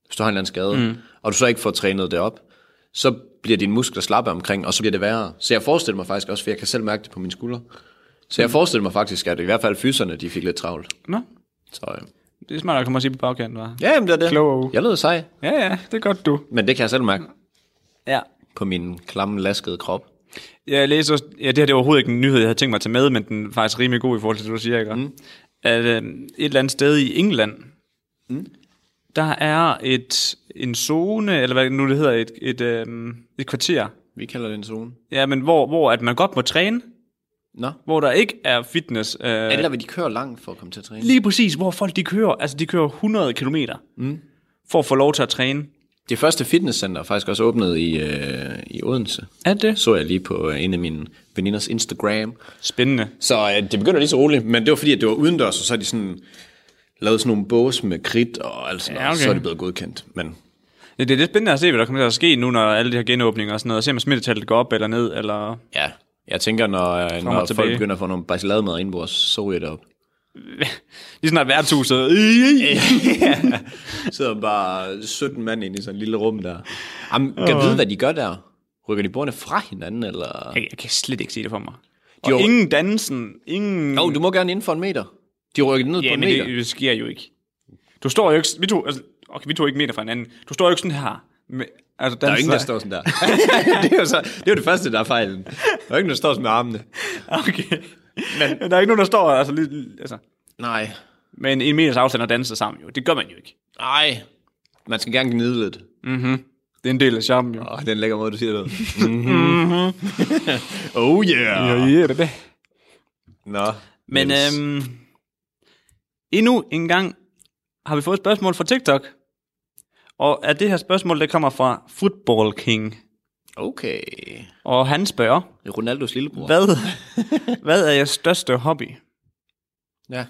hvis du har en eller anden skade, mm. og du så ikke får trænet det op, så bliver dine muskler slappe omkring, og så bliver det værre. Så jeg forestiller mig faktisk også, for jeg kan selv mærke det på mine skuldre, så jeg forestiller mig faktisk, at i hvert fald fyserne, de fik lidt travlt. Nå, Så, øh. det er smart nok, som at sige på bagkanten, var. Ja, jamen, det er det. Klog. Jeg lød sej, Ja, ja, det er godt, du. men det kan jeg selv mærke Ja. på min klamme, laskede krop. Jeg læste også, ja, det her det er overhovedet ikke en nyhed, jeg havde tænkt mig at tage med, men den er faktisk rimelig god i forhold til, det du siger, ikke? Mm. At øh, et eller andet sted i England, mm. der er et, en zone, eller hvad nu det hedder, et, et, øh, et kvarter, Vi kalder det en zone. ja, men hvor, hvor at man godt må træne, Nå. hvor der ikke er fitness. Øh, Er det der, hvor de kører langt for at komme til at træne? Lige præcis, hvor folk de kører, altså de kører 100 km mm. for at få lov til at træne. Det første fitnesscenter er faktisk også åbnet i, øh, i Odense. Er det? Så jeg lige på øh, en af mine veninders Instagram. Spændende. Så øh, det begynder lige så roligt, men det var fordi, at det var udendørs, og så er de sådan lavet sådan nogle bås med kridt og alt sådan Ja, noget, og okay. så er det blevet godkendt. Men Ja, det er lidt spændende at se, hvad der kommer til at ske nu, når alle de her genåbninger og sådan noget, og se om smittetallet går op eller ned, eller ja, jeg tænker, når, øh, når folk tilbage. begynder at få nogle bachelademad indenbords, så ryger det op. lige snart værtshuset. sidder bare 17 mand inde i sådan et lille rum der. Jamen, kan vide, hvad de gør der? Rykker de bordene fra hinanden, eller? Jeg, jeg kan slet ikke se det for mig. Og Jo. ingen dansen, ingen... Jo, du må gerne inden for en meter. De rykker det ned på ja, en men meter. det, det sker jo ikke. Du står jo ikke... Vi tog, altså, okay, vi tog ikke meter fra hinanden. Du står jo ikke sådan her. Med, altså, Der er jo ingen, der står sådan der. det, er jo så, det er jo det første, der er fejlen. Der er ingen, der står sådan med armene. Okay. Men... Der er ikke nogen, der står... Altså, lige, altså, Nej. men en meters afstand og danser sammen jo. Det gør man jo ikke. Nej. Man skal gerne gnide lidt. Det er en del af charmen, jo. Åh, oh, den lækker måde, du siger det. Mm-hmm. oh yeah. ja, det er Nå. Men Niels. øhm, endnu en gang har vi fået et spørgsmål fra TikTok. Og er det her spørgsmål, der kommer fra Football King. Okay. Og han spørger, Ronaldos lillebror. hvad, hvad er jeres største hobby? Ja.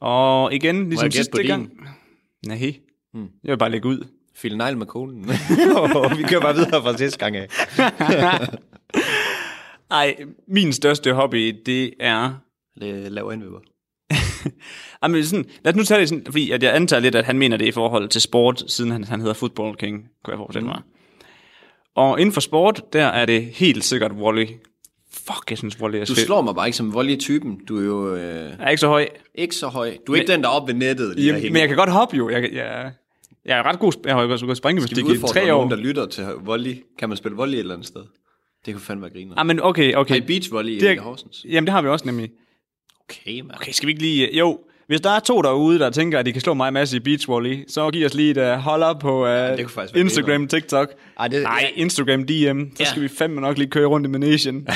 Og igen, ligesom jeg gætte på sidste din? Hmm. gang. Nej, jeg vil bare lægge ud. Fil negl med konen. vi kører bare videre fra sidste gang af. Ej, min største hobby, det er Lav indvipper. Jamen, sådan, lad os nu tage det sådan, fordi at jeg antager lidt, at han mener det i forhold til sport, siden han, han hedder Football King, kunne jeg Mhm. forestille mig. Og inden for sport, der er det helt sikkert volley. Fuck, jeg synes volley er Du fedt. slår mig bare ikke som voldelig typen. Du er jo øh, Jeg er ikke så høj, ikke så høj. Du er ikke den, der er oppe ved nettet. lige Jamen, helt- men jeg kan godt hoppe jo. Jeg, kan- jeg, jeg er ret god, sp- jeg har jo gået Vi springgymnastik i udfordrer tre år. nogen, der lytter til volley. Kan man spille volley et eller andet sted? Det kunne fandme være griner. Ah, men okay, okay. Hey, beach volley i det, Emilie Horsens. jamen, det har vi også nemlig. Okay, man. Okay, skal vi ikke lige... øh, Jo, hvis der er to derude, der tænker, at de kan slå mig en masse i beachvolley, så giv os lige et uh, holder på uh, ja, det kunne faktisk være Instagram, TikTok. Ej, det- Nej, Instagram DM. Så Ja. skal vi fandme nok lige køre rundt i Manesien.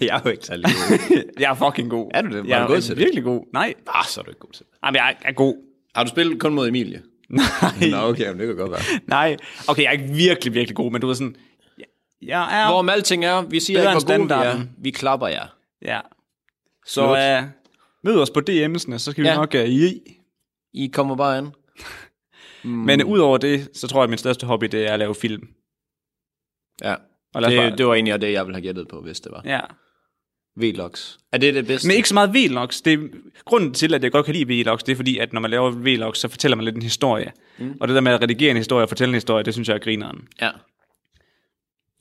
jeg er jo ikke særlig god. jeg er fucking god. Er du det? Var Jeg du er god til det? virkelig god. Nej, ah, så er du ikke god til det. Ej, men jeg er, jeg er god. Har du spillet kun mod Emilie? Nej, Nå, okay, men det kan godt være. nej. Okay, jeg er ikke virkelig, virkelig god, men du er sådan... jeg- Jeg er... Hvorom alting er, vi siger Bedre ikke, end hvor gode vi er. standarden. Vi klapper jer. Ja. Så Slut. uh, mød os på DM'sene, så skal vi Ja. nok uh, i. I kommer bare an. Mm. Men uh, udover det, så tror jeg, at min største hobby, det er at lave film. Ja. Og lad os Det, bare- det var egentlig også det, jeg ville have gættet på, hvis det var. Ja. Vlogs. Er det det bedste? Men ikke så meget vlogs. Det er, grunden til, at jeg godt kan lide vlogs, det er fordi, at når man laver vlogs, så fortæller man lidt en historie. Mm. Og det der med at redigere en historie og fortælle en historie, det synes jeg er grineren. Ja.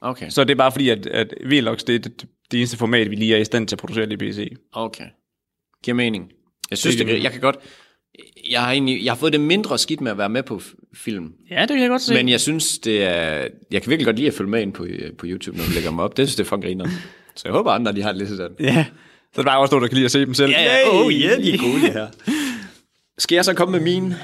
Okay. Så det er bare fordi, at, at vlogs, det er det, det eneste format, vi lige er i stand til at producere lige pc. Okay. Giver mening. Jeg synes, det, jeg kan godt... jeg har, egentlig, jeg har fået det mindre skidt med at være med på f- film. Ja, det kan jeg godt se. Men jeg synes, det er... Jeg kan virkelig godt lide at følge med ind på, øh, på YouTube, når du lægger dem op. Det synes jeg, det er fucking griner. Så jeg håber, andre de har det lidt sådan. Ja. Så er der er også nogen, der kan lide at se dem selv. Oh, Oh, de er gode, det her. Skal jeg så komme med mine?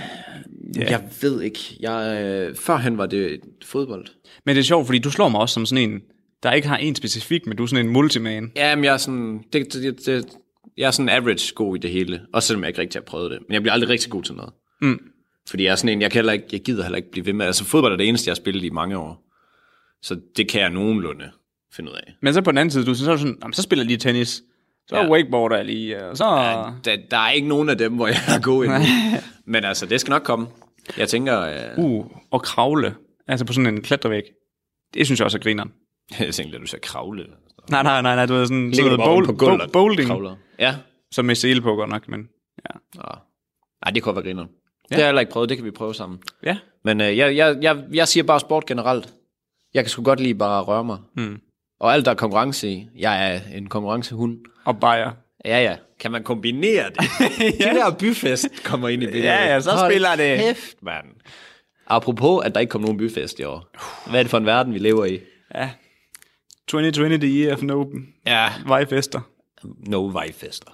Yeah. Jeg ved ikke. Jeg, øh, førhen var det fodbold. Men det er sjovt, fordi du slår mig også som sådan en, der ikke har en specifik, men du er sådan en multiman. Jamen, jeg er sådan... Det, det, det, jeg er sådan average god i det hele. Også selvom jeg ikke rigtig har prøvet det. Men jeg bliver aldrig rigtig god til noget. Mm. Fordi jeg er sådan en, jeg, kan heller ikke, jeg gider heller ikke blive ved med. Altså, fodbold er det eneste, jeg har spillet i mange år. Så det kan jeg nogenlunde finde ud af. Men så på den anden side, du, så er du sådan, "Jamen, så spiller jeg lige tennis. Så Ja. ja. wakeboarder jeg lige, og så... Ja. Der, der er ikke nogen af dem, hvor jeg er god endnu. Men altså, det skal nok komme. Jeg tænker, øh, Uh, og kravle. Altså på sådan en klatrevæg. Det synes jeg også er grineren. jeg tænker lidt, du skal kravle. eller sådan noget. Nej, nej, nej, nej, du ved sådan... sådan Ligger du noget bare oven bowl, på gulvet bo- bowling, og kravler? Ja. som med sele på godt nok, men... Ja. Nej, det kunne være grineren. Det har jeg heller ikke prøvet, det kan vi prøve sammen. ja. Men øh, jeg, jeg, jeg, jeg siger bare sport generelt. Jeg kan sgu godt lide bare at røre mig. Mm. Og alt, der er konkurrence i. Jeg er en konkurrencehund. Og bajer. Ja, ja. Kan man kombinere det? ja. Det der byfest kommer ind i billedet. Ja, ja, så spiller det. Kæft, mand. Apropos, at der ikke kom nogen byfest i år. Hvad er det for en verden, vi lever i? Ja. 2020, the year of no Ja, vejfester. no vejfester.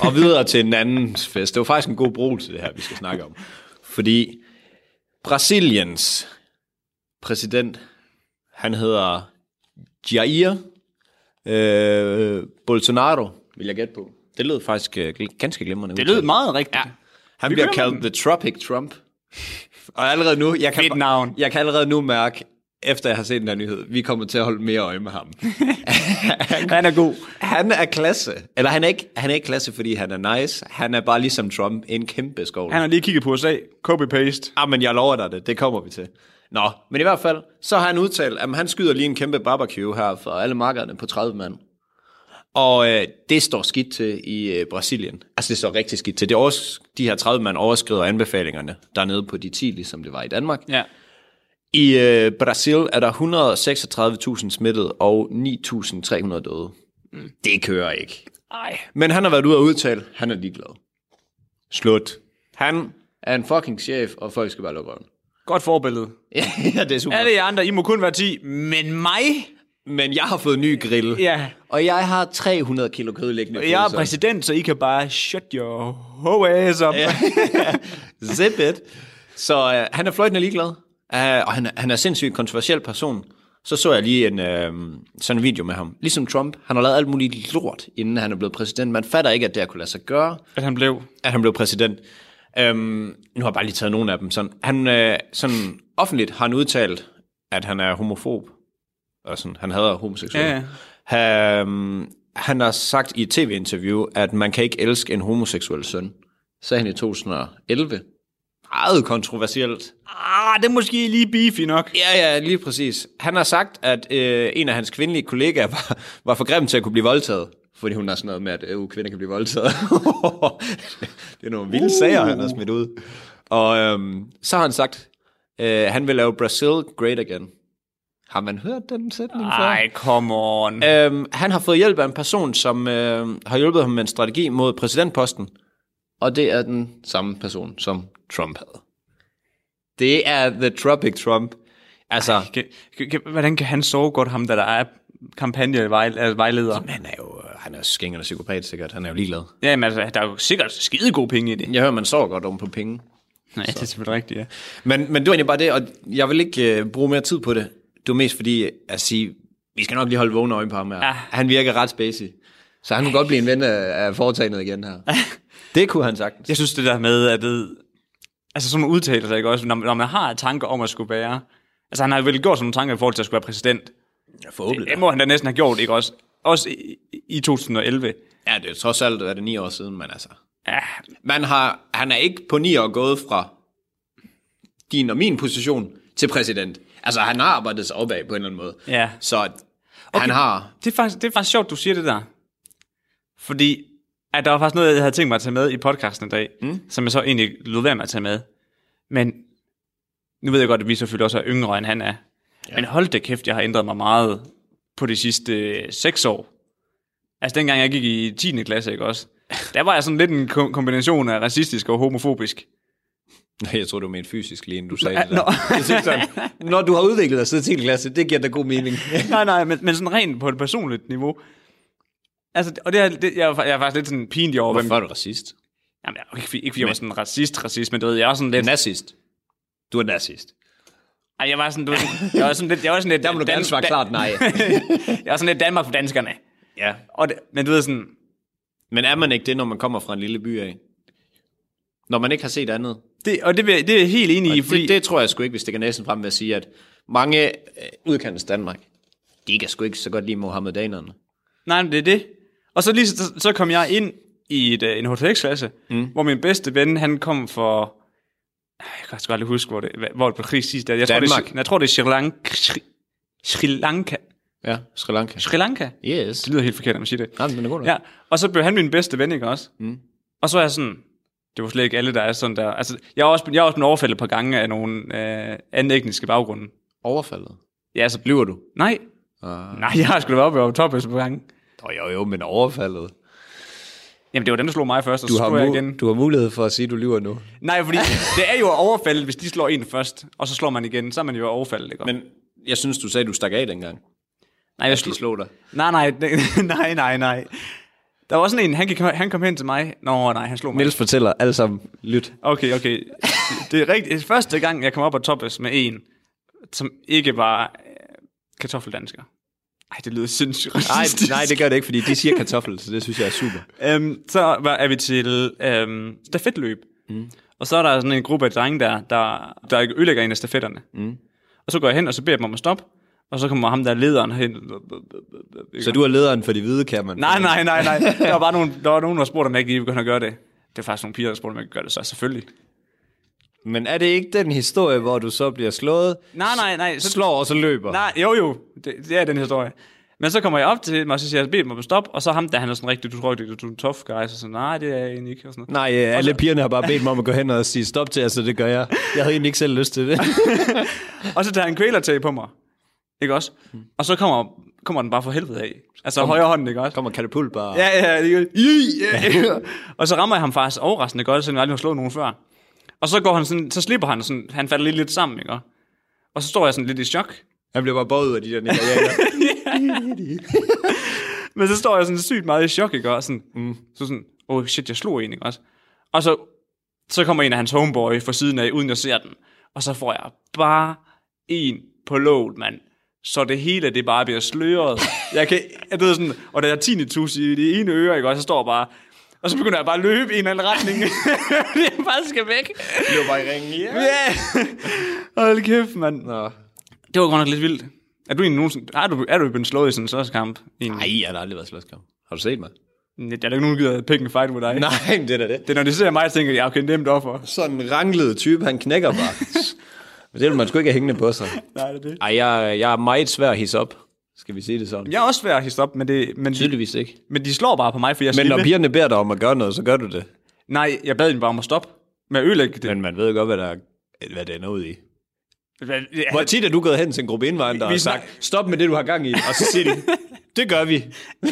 Og videre til en anden fest. Det var faktisk en god brug til det her, vi skal snakke om. Fordi Brasiliens præsident, han hedder Jair øh, Bolsonaro, vil jeg gætte på. Det lød faktisk øh, gl- ganske glimrende. Det udtalt. lød meget rigtigt. Ja. Han Vi bliver kører med kaldt The Tropic Trump. Og allerede nu, jeg kan, Fedt navn. jeg kan allerede nu mærke, efter jeg har set den her nyhed, vi kommer til at holde mere øje med ham. Han er god. Han er klasse. Eller han er, ikke, han er ikke klasse, fordi han er nice. Han er bare ligesom Trump, en kæmpe skov. Han har lige kigget på USA. Copy-paste. Ah, men jeg lover dig det. Det kommer vi til. Nå, men i hvert fald, så har han udtalt, at han skyder lige en kæmpe barbecue her for alle markederne på 30 mand. Og øh, det står skidt til i øh, Brasilien. Altså, det står rigtig skidt til. Det er også, de her 30 mand overskrider anbefalingerne dernede på de 10, ligesom det var i Danmark. Ja. I øh, Brasil er der 136.000 smittede og 9.300 døde. Mm. Det kører ikke. Ej. Men han har været ude og udtale, han er ligeglad. Slut. Han er en fucking chef, og folk skal bare lukke røven. Godt forbillede. ja, det er super. Alle jer andre, I må kun være 10, men mig? Men jeg har fået ny grill. Ja. Og jeg har 300 kilo kød liggende. i Jeg er fryseren. præsident, så I kan bare shut your ho ass up. Ja. Zip it. Så øh, han er fløjtende ligeglad, øh, og han, er- han er sindssygt kontroversiel person. Så så jeg lige en, øh, sådan en video med ham. Ligesom Trump, han har lavet alt muligt lort, inden han er blevet præsident. Man fatter ikke, at det her kunne lade sig gøre, At han blev. at han blev præsident. Øhm, nu har jeg bare lige taget nogle af dem. Sådan, han, øh, sådan offentligt har han udtalt, at han er homofob. Og sådan, han hader homoseksuelle. Ja, ja. Han, øhm, han har sagt i et tv-interview, at man kan ikke elske en homoseksuel søn. Sagde han i 2011. Meget kontroversielt. Ah, det er måske lige beefy nok. Ja, ja, lige præcis. Han har sagt, at øh, en af hans kvindelige kollegaer var, var for grim til at kunne blive voldtaget. Fordi hun har sådan noget med, at øh, kvinder kan blive voldtaget. det er nogle vilde uh. sager, han har smidt ud. Og øhm, så har han sagt, øh, han vil lave Brazil great again. Har man hørt den sætning før? Ej, come on. Øhm, han har fået hjælp af en person, som øh, har hjulpet ham med en strategi mod præsidentposten. Og det er den samme person, som Trump havde. Det er The Tropic Trump. Altså, Kan- kan- kan- Hvordan kan han sove godt, ham der, der er kampagnevejleder? han er jo øh, han er skængende psykopat sikkert. Han er jo ligeglad. Jamen altså, der er jo sikkert skide gode penge i det. Jeg hører, man sover godt om på penge. Nej, det er selvfølgelig rigtigt, ja. Men, men det var egentlig bare det, og jeg vil ikke øh, bruge mere tid på det. Det var mest fordi, at sige, vi skal nok lige holde vågne øje på ham her. Ja. Han virker ret spacey. Så han kunne godt blive en ven af, af foretagendet igen her. Det kunne han sagtens. Jeg synes det der med, at det, altså sådan nogle udtalelser, ikke også, når, når man har tanker om at skulle være, altså han har vel gjort sådan nogle tanker i forhold til at skulle være præsident. Forhåbentlig. Det må han da næsten have gjort, ikke også? Også i, i 2011. Ja, det er trods alt, er det ni år siden, men altså. Ja, Man har, han er ikke på ni år gået fra din og min position til præsident. Altså, han har arbejdet sig opad på en eller anden måde. Ja. Så okay. han har... det, er faktisk, det er faktisk sjovt, du siger det der. Fordi at der var faktisk noget, jeg havde tænkt mig at tage med i podcasten i dag, mm. som jeg så egentlig lod være med at tage med. Men nu ved jeg godt, at vi selvfølgelig også er yngre, end han er. Ja. Men hold da kæft, jeg har ændret mig meget på de sidste øh, seks år. Altså dengang jeg gik i 10. klasse, ikke også? Der var jeg sådan lidt en ko- kombination af racistisk og homofobisk. Nej, jeg tror, du mente fysisk lige inden du sagde det nå. der. Jeg tænkte sådan, når du har udviklet dig siden 10. klasse, det giver da god mening. nej, nej, men, men sådan rent på et personligt niveau. Altså, og det, er, det jeg, er, fa- jeg er faktisk lidt sådan pinlig over, Hvorfor er du racist? Jamen, jeg, er jo ikke, fordi- ikke fordi jeg var sådan racist, racist, men du ved, jeg er sådan lidt... Nazist. Du er nazist. Ej, jeg var sådan, du ved, sådan- jeg var sådan lidt... Jeg var sådan lidt Der må du gerne svare klart nej. jeg var sådan lidt Danmark for danskerne. Ja. Og det, men du ved sådan... Men er man ikke det, når man kommer fra en lille by af? Når man ikke har set andet? Det, og det, vil jeg- det er jeg helt enig i, I, fordi... det, det tror jeg sgu ikke, vi stikker næsen frem med at sige, at mange øh, udkants Danmark, de kan sgu ikke så godt lide mohammedanerne. Nej, men det er det. Og så lige så, så kom jeg ind i et, øh, en HTX-klasse, mm. hvor min bedste ven, han kom for... Ej, Jeg kan sgu aldrig huske, hvor det, hvad- hvor det blev krig sidst. Jeg, tror, det er, Danmark. Sri- jeg tror, det er Sri Lanka. Sri, Sri Lanka. Ja, Sri Lanka. Sri Lanka? Yes. Det lyder helt forkert, når man siger det. Nej, men den er god nok. Ja, og så blev han min bedste ven, ikke også? Mm. Og så er jeg sådan, det var slet ikke alle, der er sådan der. Altså, jeg er også, jeg er også blevet overfaldet et par gange af nogle øh, anden etniske baggrunde. Overfaldet. Ja, altså, Lyver du? nej, Uh, nej, jeg har sgu da været oppe over toppen et par gange. Nå, jo, jo, men overfaldet. Jamen, det var dem, der slog mig først, og Du så har, slog jeg igen. mu- du har mulighed for at sige, at du lyver nu. Nej, fordi det er jo overfaldet, hvis de slår en først, og så slår man igen, så er man jo overfaldet, ikke? Men, Men jeg synes, du sagde, at du stak af dengang. nej, jeg De slog, slog dig. nej, nej, nej, nej, nej. Der var sådan en, han, gik, han kom hen til mig. Nå, nej, han slog mig. Niels fortæller alle sammen. Lyt. Okay, okay. Det er rigtigt. Første gang, jeg kom op og toppes med en, som ikke var øh, kartoffeldansker. Ej, det lyder sindssygt Nej, racistisk. nej, det gør det ikke, fordi de siger kartoffel, så det synes jeg er super. Øhm, så var, er vi til øhm, stafetløb. Mm. Og så er der sådan en gruppe af drenge, der, der, der ødelægger en af stafetterne. Mm. Og så går jeg hen, og så beder jeg dem om at stoppe. Og så kommer ham der lederen hen. Så du er lederen for de hvide, kan man? Nej, nej, nej, nej. Der var bare nogen, der, var nogen, der spurgte, om jeg ikke lige begyndte at gøre det. Det var faktisk nogle piger, der spurgte, om jeg kunne gøre det, så selvfølgelig. Men er det ikke den historie, hvor du så bliver slået, Nej, nej, nej. Så, slår og så løber? nej, jo, jo. Det, det, er den historie. Men så kommer jeg op til dem, og så siger jeg, bed dem om at stoppe. Og så ham der, han er sådan rigtig, du tror ikke, du er en tough guy. Så sådan, nej, det er jeg egentlig ikke. Og sådan noget. Nej, øh, alle pigerne har bare bedt mig om at gå hen og sige stop til, altså det gør jeg. Jeg havde egentlig ikke selv lyst til det. Og så tager han kvælertag på mig. Ikke også? Og så kommer, kommer den bare for helvede af. Altså Mm. Kom. højre hånden, ikke også? Kom. Kommer katapult bare. Ja, ja, det er yeah. Og så rammer jeg ham faktisk overraskende godt, selvom jeg aldrig har slået nogen før. Og så går han sådan, så slipper han, og sådan, han falder lige lidt sammen, ikke også? Og så står jeg sådan lidt i chok. Han bliver bare båret ud af de der nigerianer. Men så står jeg sådan sygt meget i chok, ikke også? Sådan, mm. Så sådan, oh shit, jeg slog en, ikke også? Og så, så kommer en af hans homeboy fra siden af, uden jeg ser den. Og så får jeg bare en på låget, mand. Så det hele, det bare bliver sløret. Jeg kan, jeg ved sådan, og der er tinnitus i det ene øre, ikke også? Så står jeg bare, og så begynder jeg bare at løbe i en eller anden retning. jeg bare skal væk. Løber bare i ringen. Ja. Yeah. Hold kæft, mand. Nå. Det var godt nok lidt vildt. Er du egentlig nogensinde, er du, er du blevet slået i sådan en slåskamp? Nej. Ej, jeg har da aldrig været slåskamp. Har du set mig? Jeg er da ikke nogen, der gider pick en fight med dig. Nej, men det er da det. Det er, når de ser mig, tænker jeg, okay, nemt offer. Sådan en ranglet type, han knækker bare. Men det vil man sgu ikke have hængende på sig. Nej, det er det. Ej, jeg, jeg er meget svær at hisse op. Skal vi sige det sådan? Jeg er også svær at hisse op, men, det, men, de, Tydeligvis ikke. men de slår bare på mig, for jeg er Men så når lille. pigerne beder dig om at gøre noget, så gør du det. Nej, jeg bad dem bare om at stoppe med at ødelægge det. Men man ved godt, hvad, der, hvad det ender ud i. Hvad- ja, Hvor tit er du gået hen til en gruppe indvandrere Vi og snak- sagt, stop med det, du har gang i, og så siger de, det gør vi.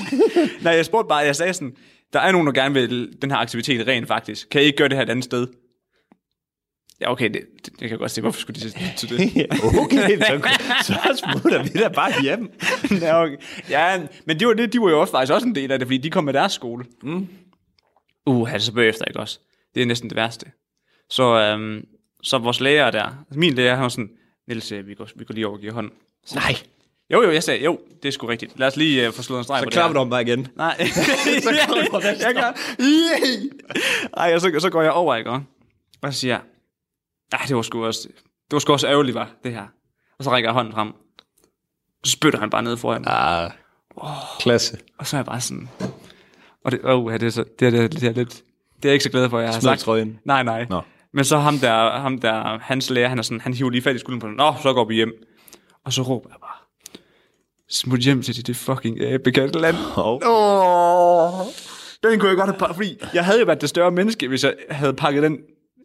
Nej, jeg spurgte bare, jeg sagde sådan, der er nogen, der gerne vil den her aktivitet rent faktisk. Kan I ikke gøre det her et andet sted? Ja, okay, det, det, jeg kan godt se, hvorfor skulle de sige til det? Okay, så, så smutter vi da bare hjem. ja, okay. ja, men det var det, de var jo også, faktisk også en del af det, fordi de kom med deres skole. Mm. Uh, altså bagefter, ikke også? Det er næsten det værste. Så, øhm, så vores lærer der, min lærer, han var sådan, Niels, øh, vi går, vi går lige over og giver hånd. Nej, Jo, jo, jeg sagde, jo, det er sgu rigtigt. Lad os lige øh, få slået en streg så på det her. klapper du om mig igen. Nej. så kommer der jeg gør, yeah. Ej, og så, så går jeg over, ikke? også? Og så siger jeg, "Ej, det var sgu også, det var sgu også ærgerligt, var det her. Og så rækker jeg hånden frem. Så spytter han bare ned foran mig. Ah, klasse. Og så er jeg bare sådan... Og det, oh, ja, det, er så, det, er, det, er, det er lidt... Det er jeg ikke så glad for, jeg har Smid sagt. trøjen. Nej, nej. Nå. Men så ham der, ham der, hans lærer, han, er sådan, han hiver lige fat i skulderen på den. Nå, så går vi hjem. Og så råber jeg bare, smut hjem til det, det fucking æbekatte land. Hov. Oh. Den kunne jeg godt have pakket, fordi jeg havde jo været det større menneske, hvis jeg havde pakket den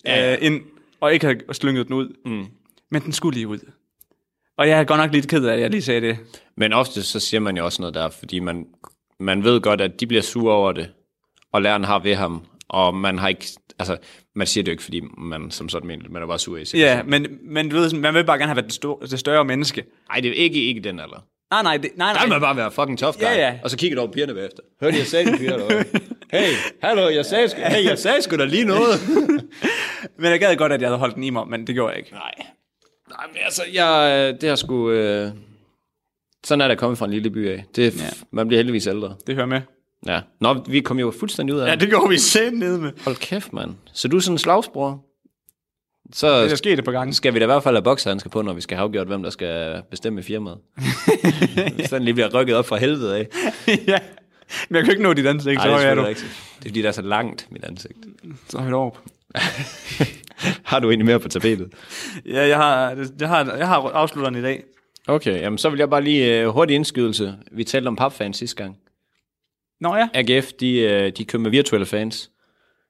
ja. øh, ind, og ikke havde slynget den ud. Mm. Men den skulle lige ud. Og jeg er godt nok lidt ked af, at jeg lige sagde det. Men ofte så siger man jo også noget der, fordi man, man ved godt, at de bliver sure over det, og læreren har ved ham, og man har ikke, altså, man siger det jo ikke, fordi man som sådan mener, det, man er bare sur i situationen. Ja, men, men du ved, sådan, man vil bare gerne have været det, store, det større menneske. Ej, det er ikke, ikke den alder. Nej, nej, det, nej, Der vil nej. man bare være fucking tough guy. Ja, ja. Og så kigger du over pigerne bagefter. Hørte jeg sagde det, piger derovre? Hey, hallo, jeg sagde, sgu- hey, jeg sagde sgu da lige noget. Men jeg gad godt, at jeg havde holdt den i mig, men det gjorde jeg ikke. Nej. Nej, men altså, jeg, øh, det har sgu... Øh, sådan er det kommet fra en lille by af. Det, er f- Ja. Man bliver heldigvis ældre. Det hører med. Ja. Nå, vi kom jo fuldstændig ud af det. går vi selv ned med. Hold kæft, mand. Så du er sådan en slagsbror? Det er Så sket et par gange. skal vi da i hvert fald have boksehandsker på, når vi skal have afgjort, hvem der skal bestemme i firmaet. sådan lige bliver rykket op fra helvede af. ja. Men jeg kan ikke nå dit ansigt, Ej, så det er høj er du. selvfølgelig rigtigt. Det er fordi, der er så langt, mit ansigt. Så højt op. Har du egentlig mere på tapetet? Ja, jeg har, jeg har, jeg har afslutteren i dag. Okay, jamen så vil jeg bare lige øh, hurtig indskydelse. Vi talte om papfans sidste gang. Nå ja. AGF, de, øh, de kører med virtuelle fans,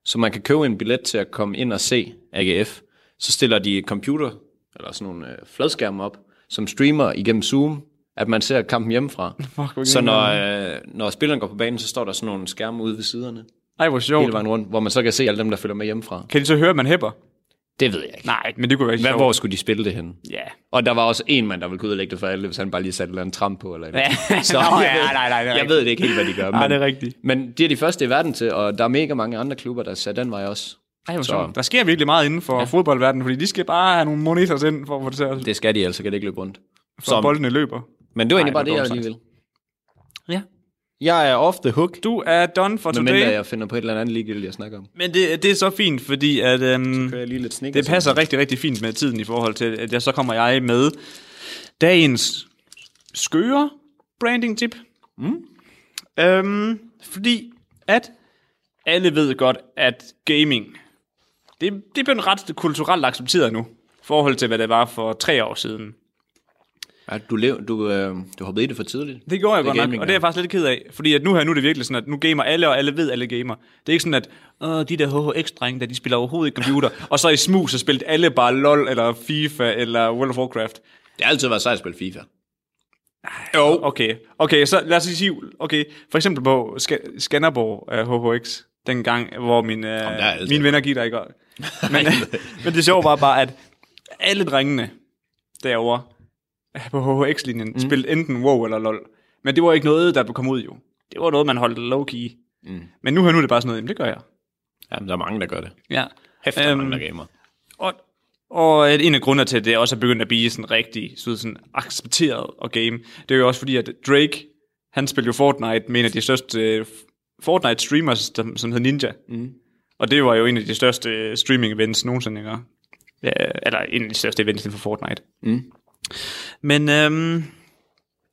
så man kan købe en billet til at komme ind og se AGF. Så stiller de computer, eller sådan nogle øh, fladskærme op, som streamer igennem Zoom, at man ser kampen hjemmefra. Fuck, hvor så når, øh, når spilleren går på banen, så står der sådan nogle skærme ude ved siderne, Ej, hvor sjovt. hele vejen rundt, hvor man så kan se alle dem, der følger med hjemmefra. Kan de så høre, at man hæpper? Det ved jeg ikke. Nej, men det kunne være Hvad, sjovt. hvor skulle de spille det henne? Ja. Og der var også en mand, der ville kunne udlægge det for alle, hvis han bare lige satte et eller andet tramp på. Eller et eller andet. Nå, ja, nej, nej, det er jeg rigtigt. ved det ikke helt, hvad de gør. Nej, men- det er rigtigt. Men de er de første i verden til, og der er mega mange andre klubber, der ser den vej også. Ej, hvor Så- sjovt. Der sker virkelig meget inden for ja. fodboldverdenen, fordi de skal bare have nogle monitors ind for at få det til at Det skal de altså, kan det ikke løbe rundt. for boldene løber. men det var egentlig Nej, bare det, hvor jeg dumt lige vil. Ja. Jeg er off the hook, Du er done for today. medmindre jeg finder på et eller andet ligegyldigt, jeg snakker om. Men det, det er så fint, fordi at, øhm, Kører jeg lige lidt snik. det passer rigtig, rigtig fint med tiden i forhold til, at jeg, så kommer jeg med dagens skøre branding-tip. Mm. Øhm, fordi at alle ved godt, at gaming, det, det er blevet ret kulturelt accepteret nu, i forhold til, hvad det var for tre år siden. Ja, du, lev, du, øh, du hoppede i det for tidligt. Det gjorde jeg Det er godt gaming, gaming, nok, og det er jeg faktisk lidt ked af. Fordi at nu her, nu er det virkelig sådan, at nu gamer alle, og alle ved, alle gamer. Det er ikke sådan, at Åh, de der HHX-drenge, der de spiller overhovedet ikke computer, og så i smug, så spillede alle bare LOL, eller FIFA, eller World of Warcraft. Det har altid været sejt at spille FIFA. Jo. Okay, okay så lad os lige sige, okay, for eksempel på Sk- Skanderborg uh, HHX, den gang, hvor min, uh, der er altid- mine venner gik der ikke. Men, men det sjove var bare, at alle drengene derovre øh, på HHX-linjen mm. spillede enten WoW eller LOL. Men det var ikke noget, der blev kommet ud jo. Det var noget, man holdt low-key. Mm. Men nu her nu er det bare sådan noget, jamen det gør jeg. Jamen, der er mange, der gør det. Ja. Hæfter øhm, mange, der gamer. Og, og en af grundene til, at det også er begyndt at blive sådan rigtig så sådan accepteret og game, det er jo også fordi, at Drake, han spiller jo Fortnite med en af de største øh, Fortnite-streamers, der- som hedder Ninja. Mm. Og det var jo en af de største øh, streaming-events nogensinde, ikke? Ja, eller en af de største events inden for Fortnite. Mm. Men øhm,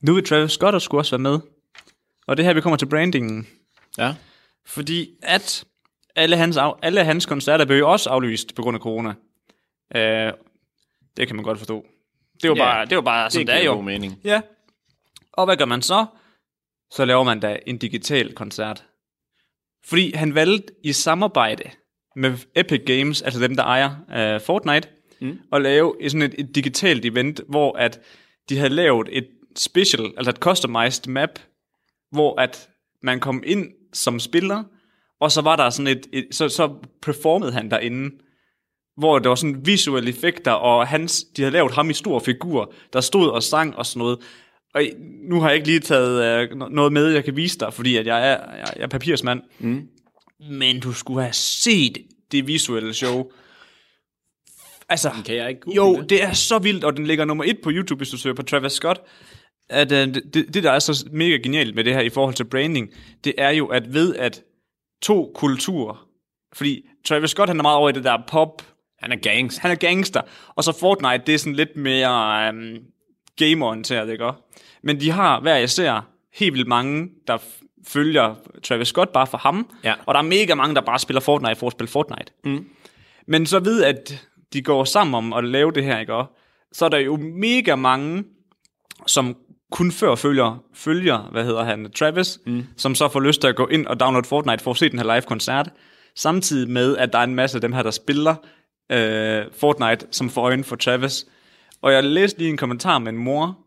nu vil Travis Scott også skulle også være med. Og det er her, vi kommer til brandingen. Ja. Fordi at alle hans, af- alle hans koncerter blev jo også aflyst på grund af corona. Øh, det kan man godt forstå. Det var Ja, bare, det var bare sådan, det er jo. god mening. Ja. Og hvad gør man så? Så laver man da en digital koncert. Fordi han valgte i samarbejde med Epic Games, altså dem, der ejer øh, Fortnite, mm. at lave et- sådan et, et digitalt event, hvor at de havde lavet et special, altså et customized map, hvor at man kom ind som spiller, og så var der sådan et, et så, så performede han derinde, hvor der var sådan visuelle effekter, og hans, de havde lavet ham i stor figur, der stod og sang og sådan noget. Og i- nu har jeg ikke lige taget øh, no- noget med, jeg kan vise dig, fordi at jeg er, jeg, jeg er papirsmand. Mm. Men du skulle have set det visuelle show. Altså, Kan jeg ikke google jo, det? det er så vildt, og den ligger nummer et på YouTube, hvis du søger på Travis Scott. At, øh, det, det, der er så mega genialt med det her i forhold til branding, det er jo, at ved at to kulturer, fordi Travis Scott, han er meget over i det der pop, Han er gangster. han er gangster. Og så Fortnite, det er sådan lidt mere øhm, gamer-orienteret, ikke også? Men de har hver især helt vildt mange, der f- følger Travis Scott bare for ham. Ja. Og der er mega mange, der bare spiller Fortnite for at spille Fortnite. Mm. Men så ved, at de går sammen om at lave det her, ikke også? Så er der jo mega mange, som kun før følger, følger hvad hedder han, Travis, mm. som så får lyst til at gå ind og downloade Fortnite for at se den her live-koncert, samtidig med, at der er en masse af dem her, der spiller øh, Fortnite, som får øjne for Travis. Og jeg læste lige en kommentar med en mor,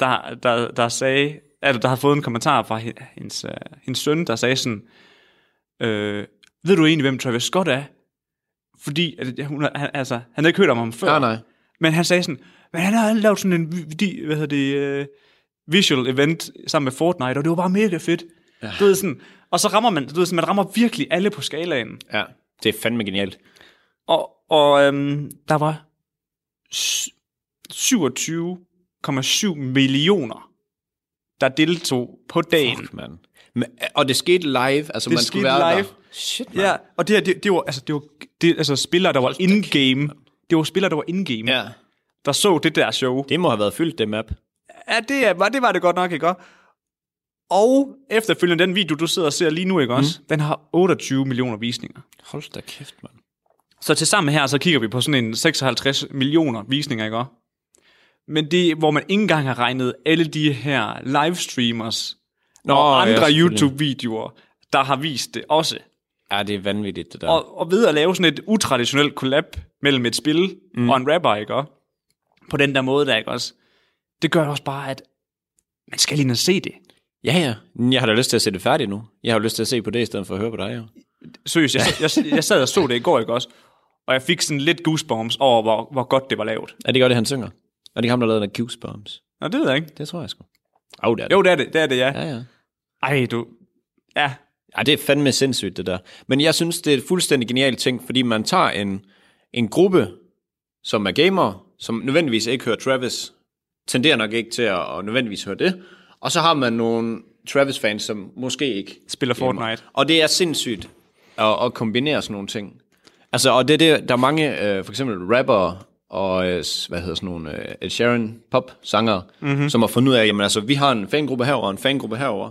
der, altså, der, der sagde, eller der har fået en kommentar fra hen- hendes, øh, hendes søn, der sagde sådan, øh, ved du egentlig, hvem Travis Scott er? Fordi, at, hun, er- han, altså, han havde ikke hørt om ham før. Nej, nej. Men han sagde sådan, men han har lavet sådan en vi- vi- hvad hedder det, øh, visual event sammen med Fortnite, og det var bare mega fedt. Ja. Du ved sådan, og så rammer man, du ved sådan, man rammer virkelig alle på skalaen. Ja, det er fandme genialt. Og, og øhm, der var sy- 27,7 millioner, der deltog på dagen. Fuck, mand. Men, øh, og det skete live, altså det man skulle skete være live. der. Shit, man. Ja, og det her, det, det var, altså, det var det, altså, spillere, der var in-game. Det var spillere, der var in-game, ja. der så det der show. Det må have været fyldt, det map. Ja, det, er- var, det var det godt nok, ikke også? Og efterfølgende, den video, du sidder og ser lige nu, ikke også? Mm. Den har 28 millioner visninger. Hold da kæft, mand. Så til sammen her, så kigger vi på sådan en 56 millioner visninger, ikke også? Men det, hvor man ikke engang har regnet alle de her livestreamers Nå, og andre selvfølgelig. YouTube-videoer, der har vist det også. Ja, det er vanvittigt, det der. Og, og ved at lave sådan et utraditionelt collab mellem et spil mm. og en rapper, ikke også? På den der måde, der, ikke også? Det gør også bare, at man skal lige ned og se det. Ja, ja. Men Jeg har da lyst til at se det færdigt nu. Jeg har jo lyst til at se på det, i stedet for at høre på dig, jo. Seriøst, jeg, jeg, jeg sad og så det i går, ikke også? Og jeg fik sådan lidt goosebumps over, hvor, hvor godt det var lavet. Er det godt, det han synger? Er det ikke ham, der lavede den Goose Bombs? Nå, det ved jeg ikke. Det tror jeg sgu. Au, det er det. Jo, det er det, det er det, ja. Ja, ja. Ej, du... Ja, Ja, det er fandme sindssygt, det der. Men jeg synes, det er et fuldstændig genialt ting, fordi man tager en, en gruppe, som er gamere, som nødvendigvis ikke hører Travis, tenderer nok ikke til at, at nødvendigvis høre det, og så har man nogle Travis-fans, som måske ikke spiller Fortnite. Og det er sindssygt at, at kombinere sådan nogle ting. Altså, og det er det, der er mange, øh, for eksempel rapper og, øh, s- hvad hedder sådan nogle, øh, Ed Sheeran pop sanger, mm-hmm. som har fundet ud af, jamen altså, vi har en fangruppe herover og en fangruppe herover,